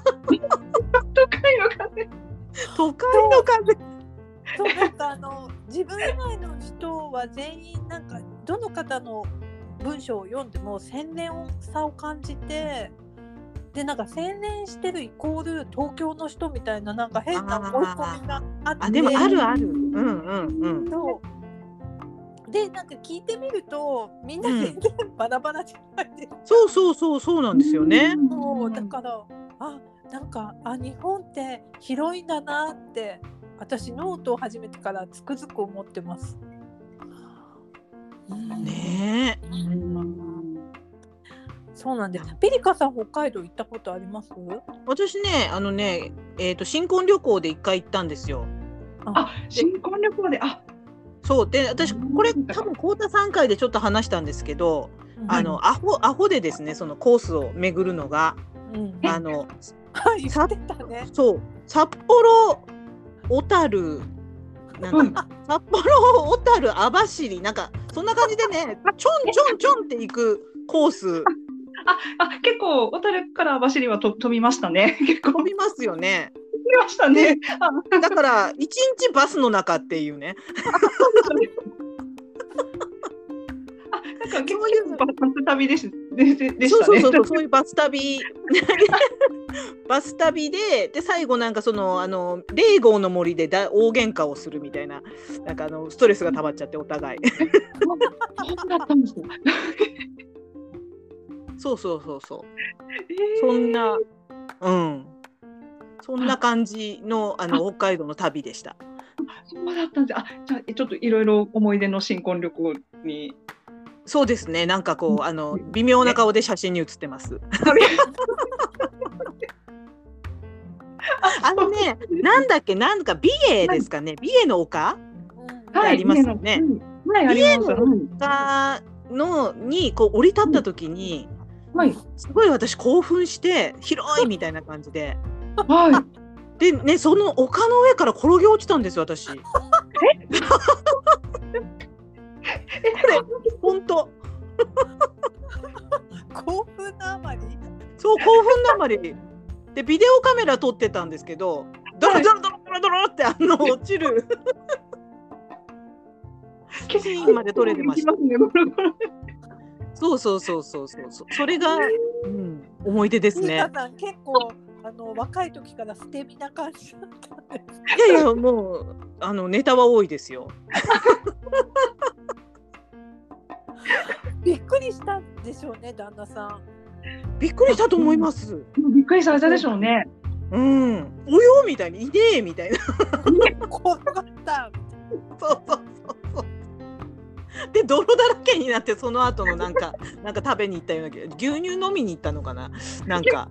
S3: 都会の風
S1: 都会の風
S2: そうなんかあの自分以外の人は全員なんかどの方の文章を読んでも洗練さを感じてでなんか洗練してるイコール東京の人みたいななんか変な思い込みがあって
S1: あでもあるあるうんうんうん
S2: そうでなんか聞いてみるとみんな全然バラバラじゃないですか、
S1: そうそうそうそうなんですよね。
S2: そうだからあなんかあ日本って広いんだなって私ノートを始めてからつくづく思ってます。
S1: ねえ
S2: そうなんです。ピリカさん北海道行ったことあります？
S1: 私ねあのねえっ、と新婚旅行で一回行ったんですよ。
S3: あ、新婚旅行で、あ、
S1: そうで私これ多分高田3回でちょっと話したんですけど、あのアホアホでですねそのコースを巡るのが
S2: うん、
S1: あの
S2: [laughs] はい、言ってたね。
S1: そう札幌小樽なんだ札幌小樽網走なんかそんな感じで
S3: [laughs]
S1: ねちょんちょんちょんって行くコース
S3: あ、結構小樽から網走はと飛びましたね。 [laughs] 結構
S1: 飛
S3: 飛
S1: びますよね
S3: びましたね。あ、
S1: だから一日バスの中っていうね
S3: なんか結
S1: そういう
S3: 構バス旅ですでででし
S1: そう
S3: た
S1: そう
S3: ね。
S1: そうそうそういうバス旅 [laughs] バス旅でで最後なんかそのあの霊号の森でだ大喧嘩をするみたいななんかあのストレスが溜まっちゃってお互い
S3: [laughs] そうだったんですよ。
S1: そうそうそうそう
S3: え
S1: そ
S3: ー
S1: んなうんそんな感じのあの北海道の旅でした
S3: そうだったんですよ。あ、じゃあえちょっといろいろ思い出の新婚旅行に。
S1: そうですねなんかこうあの微妙な顔で写真に写ってますあのねなんだっけなんか美瑛ですかね美瑛の丘
S3: はい、
S1: ありますよね
S3: 家の。うんはい、あります。うん
S1: 丘のにこう降り立った時に、
S3: はい、
S1: すごい私興奮して広いみたいな感じで
S3: はい。
S1: でねその丘の上から転げ落ちたんですよ私 [laughs]
S3: え、これ、
S1: 本当
S2: 興奮のあまり。
S1: そう興奮のあまりでビデオカメラ撮ってたんですけどドロドロドロドロドロってあの落ちる
S3: 結
S1: シーンまで撮れてました
S3: 行きねゴロゴロ
S1: そうそうそうそうそうそうそれが、うん、思い出です
S2: ニー
S1: ね
S2: タさん結構あの若い時から捨て身な感じだったんです。
S1: いやいやもうあのネタは多いですよ
S2: びっくりしたんでしょうね旦那さん。
S1: びっくりしたと思います
S3: びっくりされたでしょうね。
S1: うんおよみたいにいねえみたいな
S2: 怖かった。
S1: そうそうそうそう。 [laughs] で泥だらけになってその後のなんか [laughs] なんか食べに行ったような気が牛乳飲みに行ったのかななん
S3: [laughs]
S1: か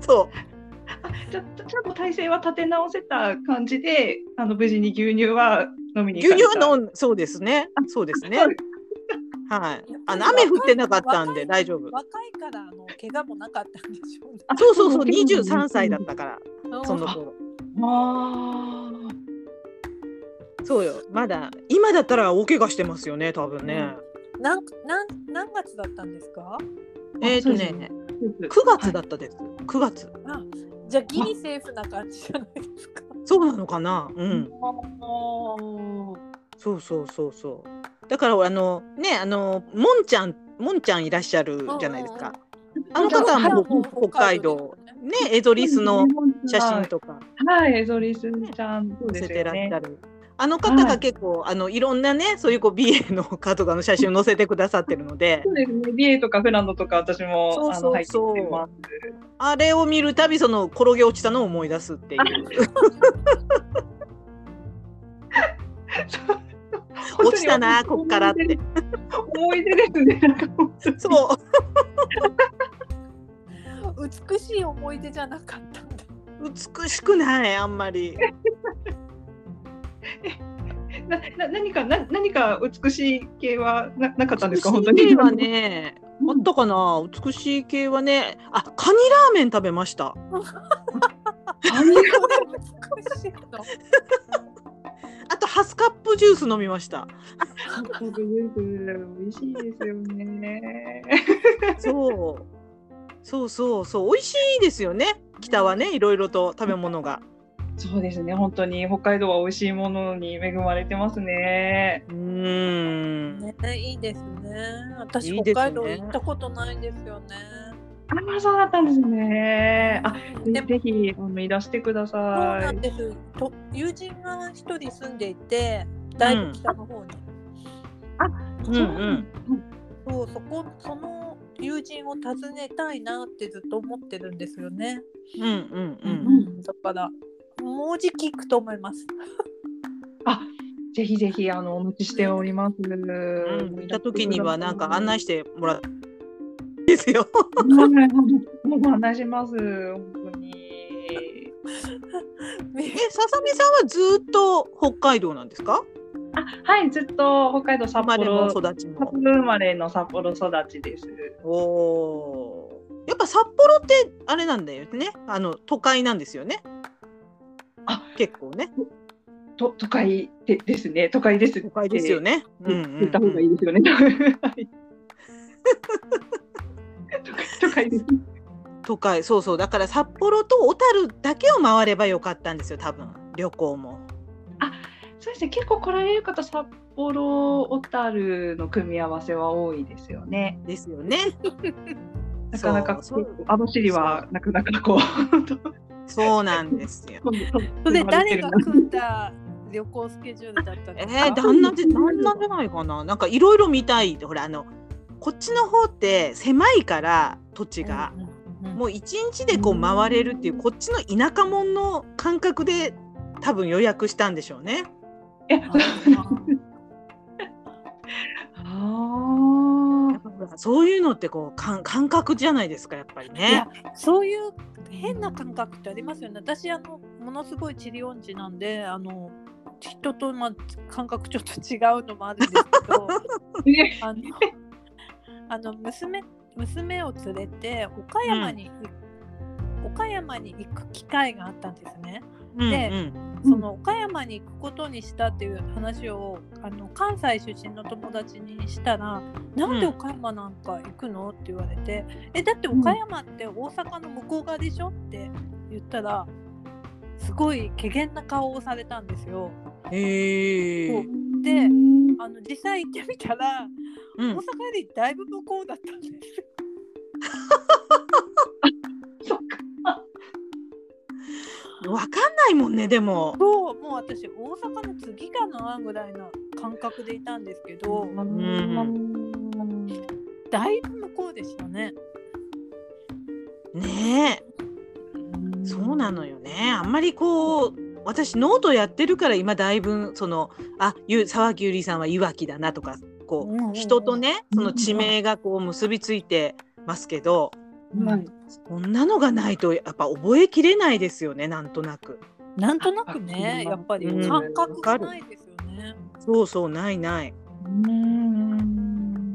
S1: そう
S3: ちょっと、ちゃんと体勢は立て直せた感じで、あの無事に牛乳は飲みに行
S1: 牛
S3: かれ
S1: 乳
S3: た。
S1: は飲んそうですねそうですね
S3: そう
S1: はいあの雨降ってなかったんで大丈夫
S2: 若いからあの怪我もなかったんでしょうね。
S3: あ
S1: そうそうそう
S3: 二十
S1: 23
S3: 三
S1: 歳だったからその頃
S3: あー
S1: そうよまだ今だったら大怪我してますよね多分ね
S2: なんなん何月だったんですか？
S3: ん
S1: えっ、と
S3: あそうで
S1: ね
S3: 9
S1: 9月だったです9月
S2: じゃあギリセーフな感じじゃないですか。
S1: そうなのかなうんそうそうそうそう。だからあのねあのもんちゃんもんちゃんいらっしゃるじゃないですか。あの方はも
S2: もん
S1: う
S2: ちゃん
S1: 北海道ねエゾリスの写真とか
S3: はい、エゾリスちゃん、そう
S1: 載
S3: で
S1: せ
S3: す
S1: てら
S3: よ
S1: っ
S3: ね
S1: しゃ。る。あの方が結構、い、あのいろんなねそういうこう美瑛の方とかの写真を載せてくださってるので
S3: そうですね、美瑛とか富良野とか、私も、
S1: そう
S3: あの、
S1: そう
S3: 拝
S1: そう
S3: 見してます。
S1: あれを見るたびその転げ落ちたのを思い出すっていう落ちたなこっからって。
S3: 思い出ですね。なんか本当に
S1: そう
S2: 美しい思い出じゃなかったんだ。
S1: 美しくないあんまり。
S3: なな何かな何か美しい系はななかったんですか本当
S1: 美し
S3: に。
S1: い系はね
S3: う
S1: あっ
S3: ん
S1: たかな美しい系はねあカニラーメン食べました
S2: 美しいの。
S1: あとハスカップジュース飲みま
S3: [laughs]
S1: した
S3: 韓国ジュース美味しいですよね。
S1: そうそうそうそう美味しいですよね北はねいろいろと食べ物が
S3: そうですね本当に北海道は美味しいものに恵まれてますね。
S1: うーん
S2: ね、いいですね。私
S1: いいですね
S2: 北海道行ったことないんですよね。
S3: あそうだったんですね。あ
S2: で
S3: ぜ
S2: も
S3: ぜひあのいらしてくだ
S2: そうな
S3: さ
S2: ん
S3: い。
S2: です。と友人が一人住んでいて、だいぶ北の方に。
S1: うんうん
S2: そう、そこ、その友人を訪ねたいなってずっと思ってるんですよね。
S1: うんうんうん
S3: ん
S2: だから、もうじき行くと思います。
S3: あぜひぜひあのお待ちしております。
S1: うん行った時にはなんか案内してもらってですよ
S3: もうご案内します本当に。
S1: えささみさんはずーっと北海道なんですか
S3: あはい、ずっと北海道札
S1: 生まれも
S3: 幌
S1: 育ち
S3: 札
S1: も
S3: 幌生まれの札幌育ちです。
S1: おーやっぱ札幌ってあれなんだよねあの都会なんですよね
S3: あ
S1: 結構ね
S3: と都会でですね、都会です。
S1: 都会ですよ
S3: ね。
S1: ね、う
S3: 言
S1: ん
S3: 言った方がいいですよね。はい都会都会です。
S1: 都会そうそうだから札幌と小樽だけを回ればよかったんですよ多分旅行も
S3: そうですね、結構来られる方、札幌、小樽の組み合わせは多いですよね。
S1: ですよね。
S3: なかなかこう
S1: そうそう
S3: 網走はなかなかこ [laughs] う。
S1: そうなんです
S3: [laughs]
S1: よ。
S2: それ誰が組んだ旅行スケジュールだったんで
S1: え
S2: すか、
S1: ー、旦那って旦那じゃないかな。なんかいろいろ見たいってほらあのこっちの方って狭いから土地が。
S2: うんうんうん
S1: もう一日でこう回れるっていうこっちの田舎者の感覚で多分予約したんでしょうね。
S3: いや
S2: あ
S3: そう
S2: ー
S1: や
S3: あ
S1: っぱほらそういうのってこう感感覚じゃないですかやっぱり
S2: い
S1: ね
S2: や。そういう変な感覚ってありますよね。私あのものすごい地理音痴なんであの人と、まあ、感覚ちょっと違うのもあるんですけど
S3: ーね
S2: あのあの娘娘を連れて岡山に、岡山に行く機会があったんですね。
S1: うん
S2: で
S1: うん
S2: その岡山に行くことにしたっていう話をあの関西出身の友達にしたら「なんで岡山なんか行くの?」って言われて「えだって岡山って大阪の向こう側でしょ?」って言ったらすごい怪げな顔をされたんですよ。
S1: へえ。
S2: であの実際行ってみたら
S1: う
S2: 大阪
S1: ん
S2: よ。りだいぶ向こうだったんですよ。
S3: そっか
S1: わかんないもんねでも。
S2: そうもう私大阪の次かなぐらいの感覚でいたんですけど
S3: うん
S2: だいぶ向こうでしたね。
S1: ねえそうなのよね。あんまりこう私ノートやってるから今だいぶそのあゆ沢木ゆりさんはいわきだなとかこう、
S2: うんうんうん
S1: 人とねその地名がこう結びついてますけど。
S3: はい
S1: こんなのがないとやっぱ覚えきれないですよねなんとなく。
S2: なんとなく
S3: あ
S2: ね、
S3: あ
S2: やっぱり
S1: うん
S2: 感覚がないですよね。
S1: そうそうないない。
S3: うん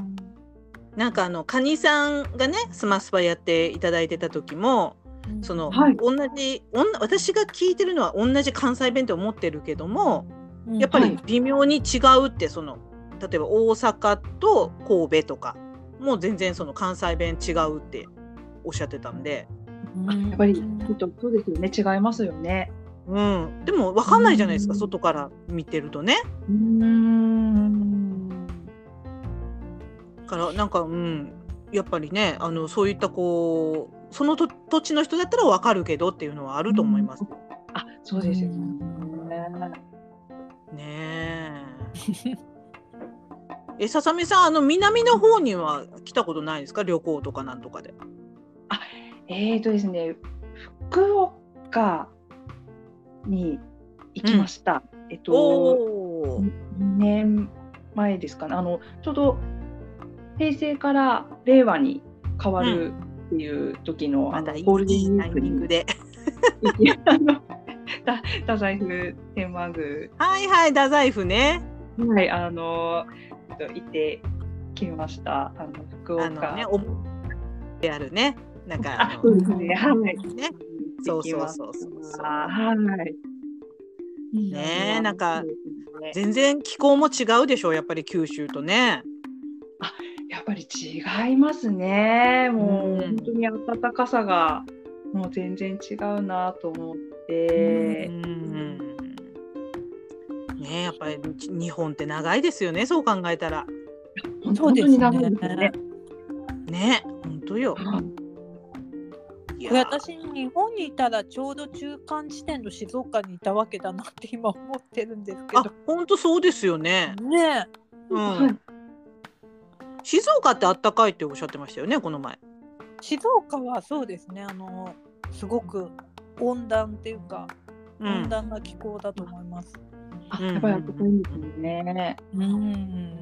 S1: なんかあのカニさんがねスマスパやっていただいてた時もその、
S3: はい
S1: 同じおん私が聞いてるのは同じ関西弁って思ってるけども
S2: うん
S1: やっぱ
S3: は
S1: り
S3: い
S1: 微妙に違うってその例えば大阪と神戸とかもう全然その関西弁違うっておっしゃってたんで、
S2: うん
S3: やっぱりちょっとそうですよね違いますよね。
S1: うん、でも分かんないじゃないですか
S3: うん
S1: 外から見てるとね。
S3: うん
S1: だからなんかうんやっぱりねあのそういったこうそのと土地の人だったら分かるけどっていうのはあると思います。
S3: あそうですよね。
S1: ねえ。えささみさんあの南の方には来たことないですか旅行とかなんとかで。
S3: えーとですね福岡に行きました。えっと
S1: おー
S3: 2年前ですかねあのちょうど平成から令和に変わるっていう時の,、
S1: ま
S3: あの
S1: たいい
S3: ゴールデンウィ
S1: タイ
S3: ーク
S1: ミング
S3: [laughs] に
S1: で。
S3: あのた太宰府天満宮
S1: はいはい太宰府ね。
S3: はいあのちょっと行ってきましたあの福岡
S1: あのねおであるねなんかあの
S3: あそうですねはい
S1: ね。
S3: 行ってきました
S1: そうそうそうそう
S3: はい
S1: ねえなんか
S3: そうですね
S1: 全然気候も違うでしょうやっぱり九州とね。
S3: やっぱり違いますね。もう
S1: うん
S3: 本当に暖かさがもう全然違うなと思っ
S1: う
S3: て、
S1: んねえやっぱり日本って長いですよねそう考えたら
S2: そう
S3: 本
S2: で
S3: 当
S2: すね
S3: にダメですね。
S1: ね本当よいや
S2: これ私日本にいたらちょうど中間地点の静岡にいたわけだなって今思ってるんですけ
S1: あ
S2: ど
S1: 本当そうですよね
S2: ね
S1: う
S3: は
S1: ん
S3: い
S1: 静岡ってあったかいっておっしゃってましたよねこの前
S2: え静岡はそうですねあのすごく温暖っていうか、
S1: う
S2: 温
S1: ん
S2: 暖な気候だと思います。
S3: あ
S1: うん
S3: やっぱり暖かいんですね。
S2: うん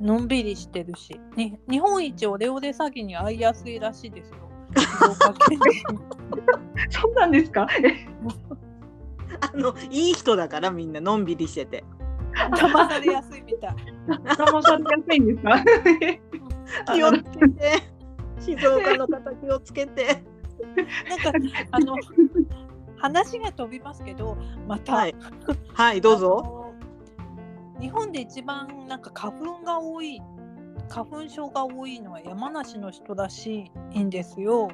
S2: のんびりしてるし、ね、日本一オレオレ詐欺に遭いやすいらしいですよ。静岡県人
S3: そうなんですか。
S1: あのいい人だからみんなのんびりしてて
S2: 騙されやすいみたい。
S3: 騙されやすいんですか。
S1: 気をつけて静岡の方気をつけて
S2: なん
S1: [laughs]
S2: かあの話が飛びますけどまた、
S1: はいはいどう
S2: あ
S1: ぞ
S2: の日本で一番なんか花粉が多い花粉症が多いのは山梨の人らしいんですよ。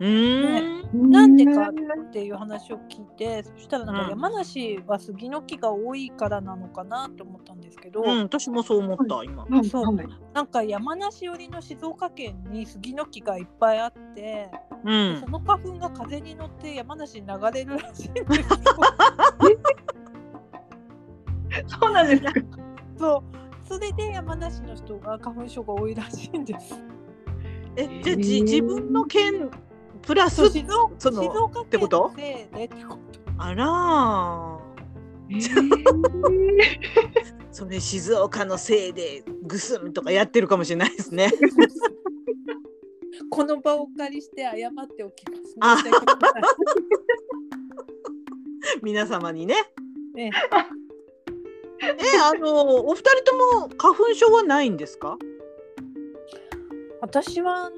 S1: うーん。
S2: なんでかっていう話を聞いてそしたらなん
S1: うん
S2: か山梨は杉の木が多いからなのかなと思ったんですけど、
S1: うん、私もそう思った、今。
S3: [laughs] うん
S2: そう
S3: はい
S2: なんか山梨寄りの静岡県に杉の木がいっぱいあって、
S1: う
S2: で
S1: ん
S2: そ。の花粉が風に乗って山梨に流れるらしいんですよ。
S1: [laughs]
S3: そうなん
S2: [laughs]
S3: ですか。
S2: そうそれで山梨の人が花粉症が多いらしいんです。
S1: え、じゃあ、じ、自分の県。プラス。
S2: 静岡
S1: その
S2: 静岡県
S1: てこと
S2: のせいでってこと
S1: あら。
S3: えー
S1: それ静岡のせいでぐすんとかやってるかもしれないです [laughs] ね。
S2: この場をお借りして謝っておきま
S1: あ
S2: す。申し訳ございま
S1: 皆様にね。
S2: せんええ
S1: え、あの、お二人とも花粉症はないんですか。
S2: 私は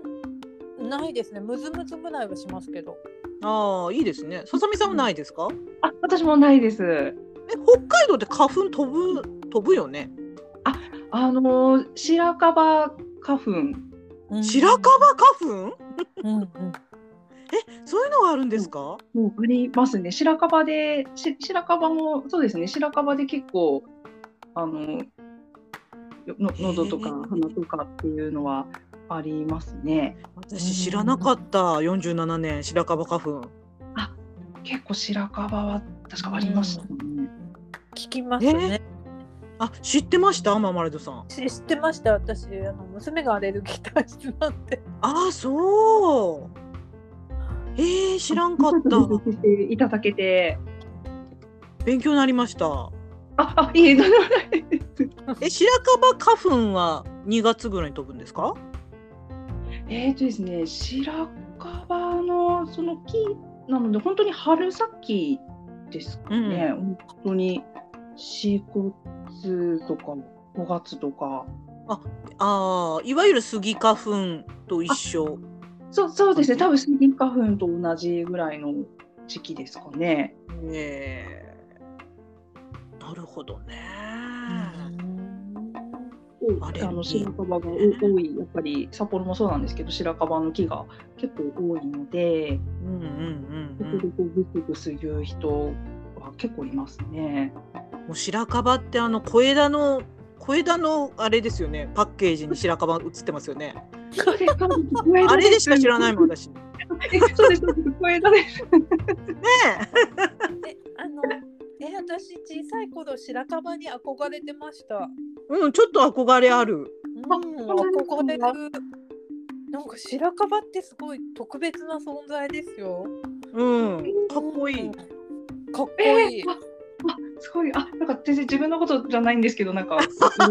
S2: ないですね。ムズムズぐらいはしますけど。
S1: ああ、いいですね。ささみさんはないですか。
S3: あ、私もないです。
S1: え、北海道で花粉飛ぶ、飛ぶよね。
S3: あのー白樺花粉。
S2: うん
S1: 白樺花粉。
S2: うんうん
S1: そういうのがあるんですか。
S3: もうありますね。白樺で、し白樺も、そうですね。白樺で結構、あの、の喉と
S1: へ
S3: か
S1: ー
S3: 鼻とかっていうのはありますね。
S1: 私知らなかった、四十七年白樺花粉。
S3: 結構白樺は確かありましたもんね。
S2: 聞きますね。
S1: あ、知ってました、マーマレードさん。
S2: し知ってました。私あの娘がアレルギー体質なんで。
S1: ああ、そう。えー、知らんか [laughs] った。
S3: ちょと [laughs] していただけて。
S1: 勉強になりました。
S3: あ、あ、いえ、とんでもないです
S1: え、白樺花粉は2月ぐらいに飛ぶんですか。
S3: えーとですね、白樺のその木なので、本当に春先ですかね、本当に4月とか5月とか、
S1: ああ、いわゆるスギ花粉と一緒。
S3: そうそうですね、多分スギ花粉と同じぐらいの時期ですかね。
S1: えー、なるほどね。あれ
S3: あの白樺がお多い、やっぱり札幌もそうなんですけど、白樺の木が結構多いので、
S1: うんうん
S3: そ
S1: うん、
S3: こ
S1: う
S3: で
S1: ん。
S3: こうぐすぐす言う人は結構いますね。
S1: もう白樺ってあの小枝の小枝のあれですよね。パッケージに白樺写ってますよね。
S3: そうですそうです
S1: あれでしか知らないもん
S2: [laughs]
S1: 私。ね
S3: えそうです、そうです、小枝です。
S2: えあのえ私小さい頃白樺に憧れてました。
S1: え、うんちょっと憧れある。
S2: うん
S3: あそうなんですか
S2: 憧れる。なんか白樺ってすごい特別な存在ですよ。
S1: うん、かっこい
S2: うん
S1: い。
S2: かっこいい。
S3: えーああすごい、あ、なんか全然自分のことじゃないんですけど、なん [laughs] か。嬉しいなんか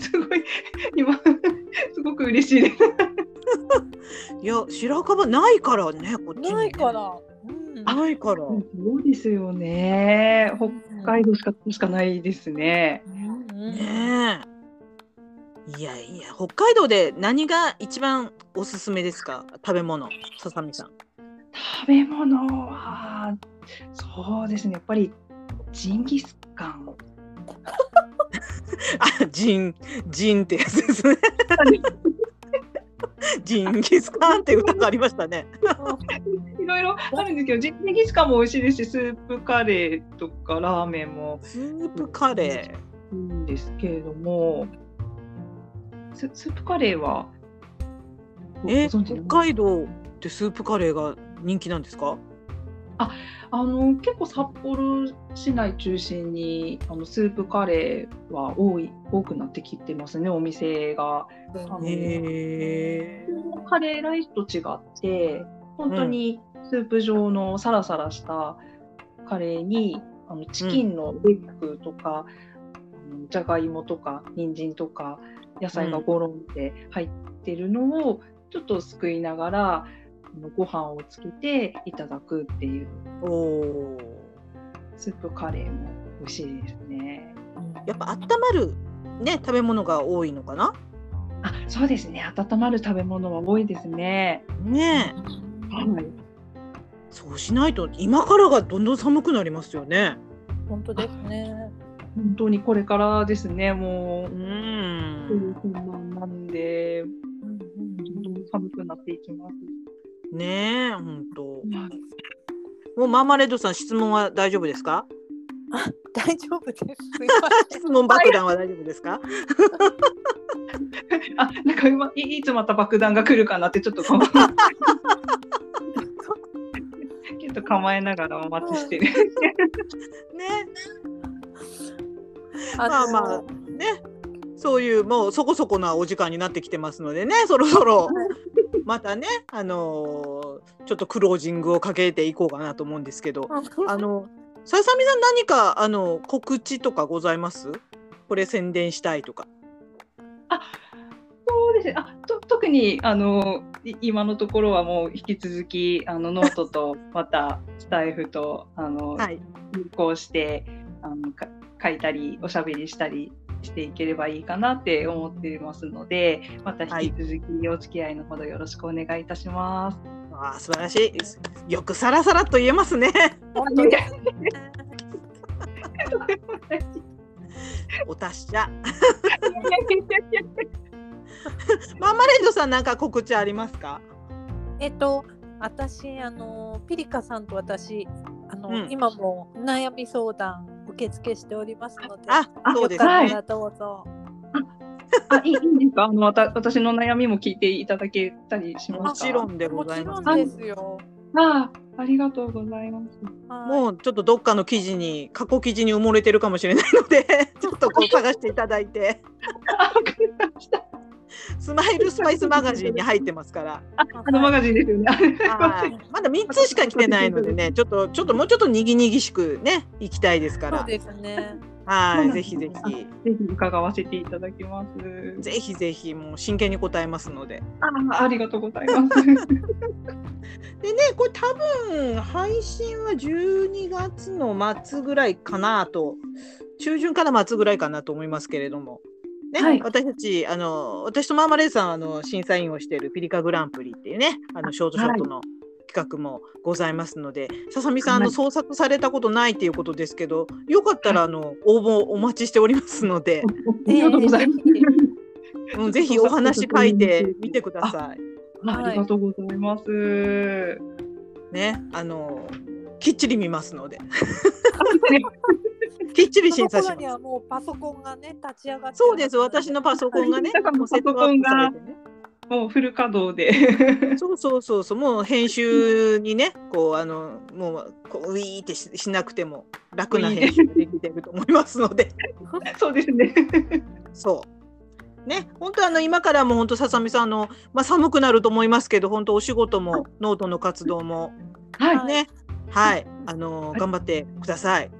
S3: すごい、今、すごく嬉しいです。
S1: いや白樺ないからねこっちにね
S2: ないから。うん
S1: ないから。
S3: そうですよね。北海道しか、しかないですね。
S2: うんうん
S1: ねえ。いやいや北海道で何が一番おすすめですか食べ物ささみさん。
S3: 食べ物は。そうですね、やっぱり。ジンギスカン。
S1: あジンジンってやつですね。 [laughs] ジンギスカンって歌がありましたね。
S3: いろいろあるんですけど、ジンギスカンも美味しいですし、スープカレーとかラーメンも。
S1: スープカレ
S3: いいんですけれども、ススープカレーは
S1: ー。
S3: ご
S1: え
S3: ご存知な
S1: 北
S3: の
S1: 海道ってスープカレーが人気なんですか？
S3: あの結構札幌市内中心にあのスープカレーは多い多くなってきてますねお店が。あの
S1: へえ。
S3: カレーライスと違って本当にスープ状のサラサラしたカレーに、あのチキンのレッグとか、あのじゃがいもとか人参とか野菜がゴロンって入ってるのをちょっとすくいながらあのご飯をつけていただくっていう
S1: おお。
S3: スープカレーも美味しいですね。
S1: やっぱ温まるね食べ物が多いのかな？
S3: あそうですね温まる食べ物は多いですね。
S1: ねえ。
S3: はい
S1: そうしないと今からがどんどん寒くなりますよね。
S2: 本当ですね。
S3: 本当にこれからですねもう
S1: うん。
S3: そういう不満なんで、
S2: うんうん
S3: どんどん寒くななっていきます。
S1: ねえ、本当。
S3: はい
S1: もうマーマレードさん質問は大丈夫ですか？
S2: 大丈夫です。すい
S1: 質問爆弾は大丈夫ですか？
S3: [laughs] あ、なんか今いいつまた爆弾が来るかなってちょっとこ [laughs] うちょっと構えながらお待ちしてる。
S1: ね
S2: ません
S1: まあまあね。そういうもうそこそこなお時間になってきてますのでね、そろそろまたね、あのーちょっとクロージングをかけていこうかなと思うんですけど、あのささみさん何かあの告知とかございます？これ宣伝したいとか。
S3: そうですね。あ、と特にあのい今のところはもう引き続きあのノートとまたスタイフとあの、
S1: はい。
S3: 流行してあのか書いたりおしゃべりしたりしていければいいかなって思っていますのでまた引き続きお付き合いのほどよろしくお願いいた
S1: [laughs]
S3: します。
S1: ああ素晴らしい。よくさらさらと言えますね。お達者。マーマレードさんなんか告知ありますか？
S2: えっと、私、あの、ピリカさんと私、あの、
S1: うん
S2: 今も悩み相談受付しておりますので。
S1: あ、そう
S2: よ
S1: です
S2: か
S1: ね。
S2: ったらどうぞ。
S3: あ、いいいいんですか。あの、わた、私の悩みも聞いていただけたりし
S1: も
S3: ますか。
S1: ちろんでご
S2: も
S1: ざい
S2: ち
S1: ま
S2: ろ
S1: す。
S2: んですよ。
S3: ああ、ありがとうござ
S1: [laughs]
S3: います。
S2: はい
S1: もうちょっとどっかの記事に過去記事に埋もれてるかもしれないの [laughs] でちょっとこう探していただいて
S3: あ、わかりました。
S1: スマイ [laughs] ルスパイスマガジンに入ってますから
S3: あのマガジンですよね。
S1: はいまだ3つしか来てないのでねちょっとちょっともうちょっとにぎにぎしくね行きたいですか
S2: そう
S1: ら
S2: ですね。
S1: はいぜひぜ
S3: あ
S1: ひ
S3: [laughs] ぜひ伺わせていただきます。
S1: ぜひぜひもう真剣に答えますので
S3: あ、ありがとうござ
S1: [laughs]
S3: います。
S1: でねこれ多分配信は12月の末ぐらいかなと中旬から末ぐらいかなと思いますけれども、ね
S3: はい
S1: 私たちあの私とマーマレードさんはあの審査員をしているピリカグランプリっていうねあのショートショートの企画もございますので、ささみさんあ
S3: は
S1: の
S3: い
S1: 創作されたことないっていうことですけどよかったらあの応募お待ちしておりますので、
S3: ありがとうございます。
S1: うん、ぜひお話書いてみてください。
S2: はい
S3: ありがとうございます。
S1: ね、あのきっちり見ますので
S3: あ
S1: きっちり
S2: そ
S1: 審
S2: の
S1: 査します
S2: 頃に。はもうパソコンがね立ち上がって
S1: そうです、私のパソコンがね、
S3: はい
S1: もうセットアップされてね
S3: もうフル稼働で。
S1: そうそうそうそう、もう編集にね、こうあのもうこうウィーってししなくても楽な編集ができてると思いますので、
S3: そうですね。
S1: そう。ね、本当あの今からも本当ささみさんあの、まあ、寒くなると思いますけど本当お仕事もノートの活動も
S3: [laughs] はい。
S2: はい
S1: ねはいあの
S3: はい
S1: 頑張ってください。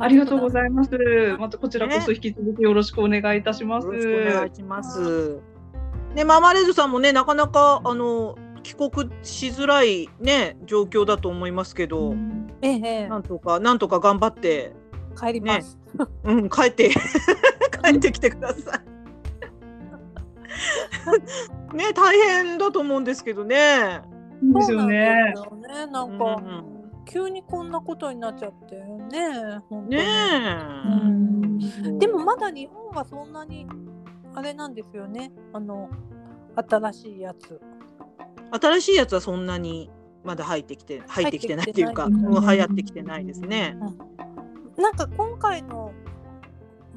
S3: ありがとうございます。またこちらこそ引き続きよろしくお願いいたしま
S1: よ
S3: す。
S1: ろしくお願いします。ねマーマレードさんもねなかなかあの帰国しづらいね状況だと思いますけど、
S2: ええええ
S1: なんとかなんとか頑張って、
S2: 帰ります、
S1: うん、帰って [laughs] 帰ってきてくだ [laughs] さい。ね大変だと思うんですけどね。
S3: いいです
S2: そうな
S3: よ
S2: ん
S3: ね
S2: で。すよねなんか、
S1: うん
S2: 急にこんなことになっちゃってね本当に
S1: ねえ。
S2: うん
S1: そう
S2: でもまだ日本はそんなにあれなんですよねあの新しいやつ
S1: 新しいやつはそんなにまだ入ってきて入ってきてないっていうか、う
S2: 入
S1: ん
S2: ってきてない
S1: 流行ってきてないですね。
S2: なんか今回の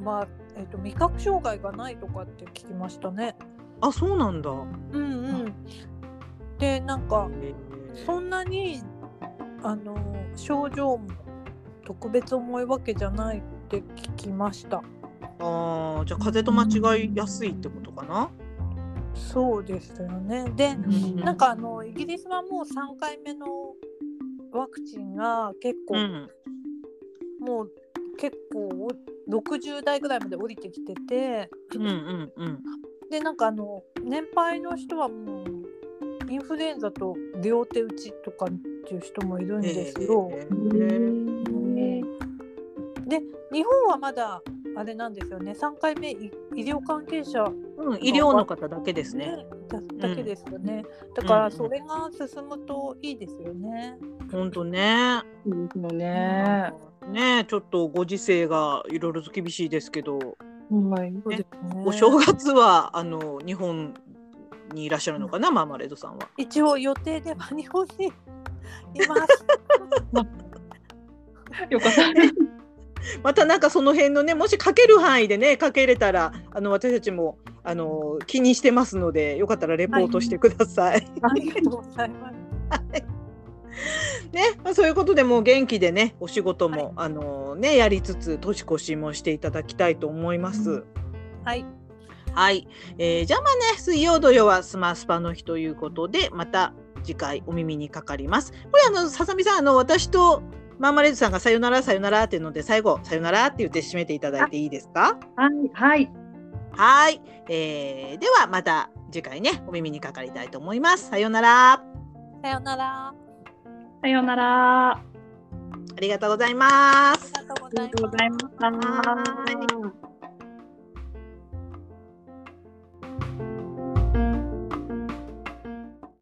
S2: まあえっと味覚障害がないとかって聞きましたね
S1: あそうなんだ。
S2: うんうんでなんか
S1: へえ
S2: そんなにあの症状も特別重いわけじゃないって聞きました。
S1: ああじゃあ風邪と間違いやすいってことかな。
S2: そうですよね。で、
S1: うん
S2: なんかあのイギリスはもう3回目のワクチンが結構、
S1: うん。
S2: もう結構お60代ぐらいまで降りてきてて、
S1: うんうんうん。
S2: でなんかあの年配の人はもうインフルエンザと両手打ちとかっていう人もいるんですよ。
S1: へえ
S2: で日本はまだあれなんですよね3回目い医療関係者
S1: うん医療の方だけですね。
S2: だだけですよね、だ
S1: うん
S2: か
S1: うん
S2: らそれが進むといいですよね。
S1: 本当ね。
S3: いいですよね。
S1: ねえちょっとご時世がいろいろと厳しいですけど、
S3: はい。
S2: そうですね
S1: お正月はあの日本にいらっしゃるのかな、マーマレードさんは。
S2: 一応予定では日本にい
S1: [laughs]
S2: ます。
S3: よかった。
S1: またなんかその辺のねもしかける範囲でねかけれたらあの私たちもあの気にしてますのでよかったらレポートしてください。
S2: ありがとうございます。
S1: ね、まあ、そういうことでもう元気でねお仕事も、あのねやりつつ年越しもしていただきたいと思います。
S3: うん
S2: はい。
S1: はい、えーじゃあまあね水曜土曜はスマスパの日ということでまた次回お耳にかかります。これあのささみさんあの私とマーマレードさんがさよならさよならっていうので最後さよならって言って締めていただいていいですか？
S3: はい、はい、
S1: はい、えーではまた次回ねお耳にかかりたいと思います。さようなら。あ
S2: さようなら。あ
S3: さようなら。あ
S1: りがとうございます。
S2: りがとうご
S3: り
S2: ざ
S3: が
S2: い
S3: とう
S2: ま
S3: ご
S2: す
S3: ざいました。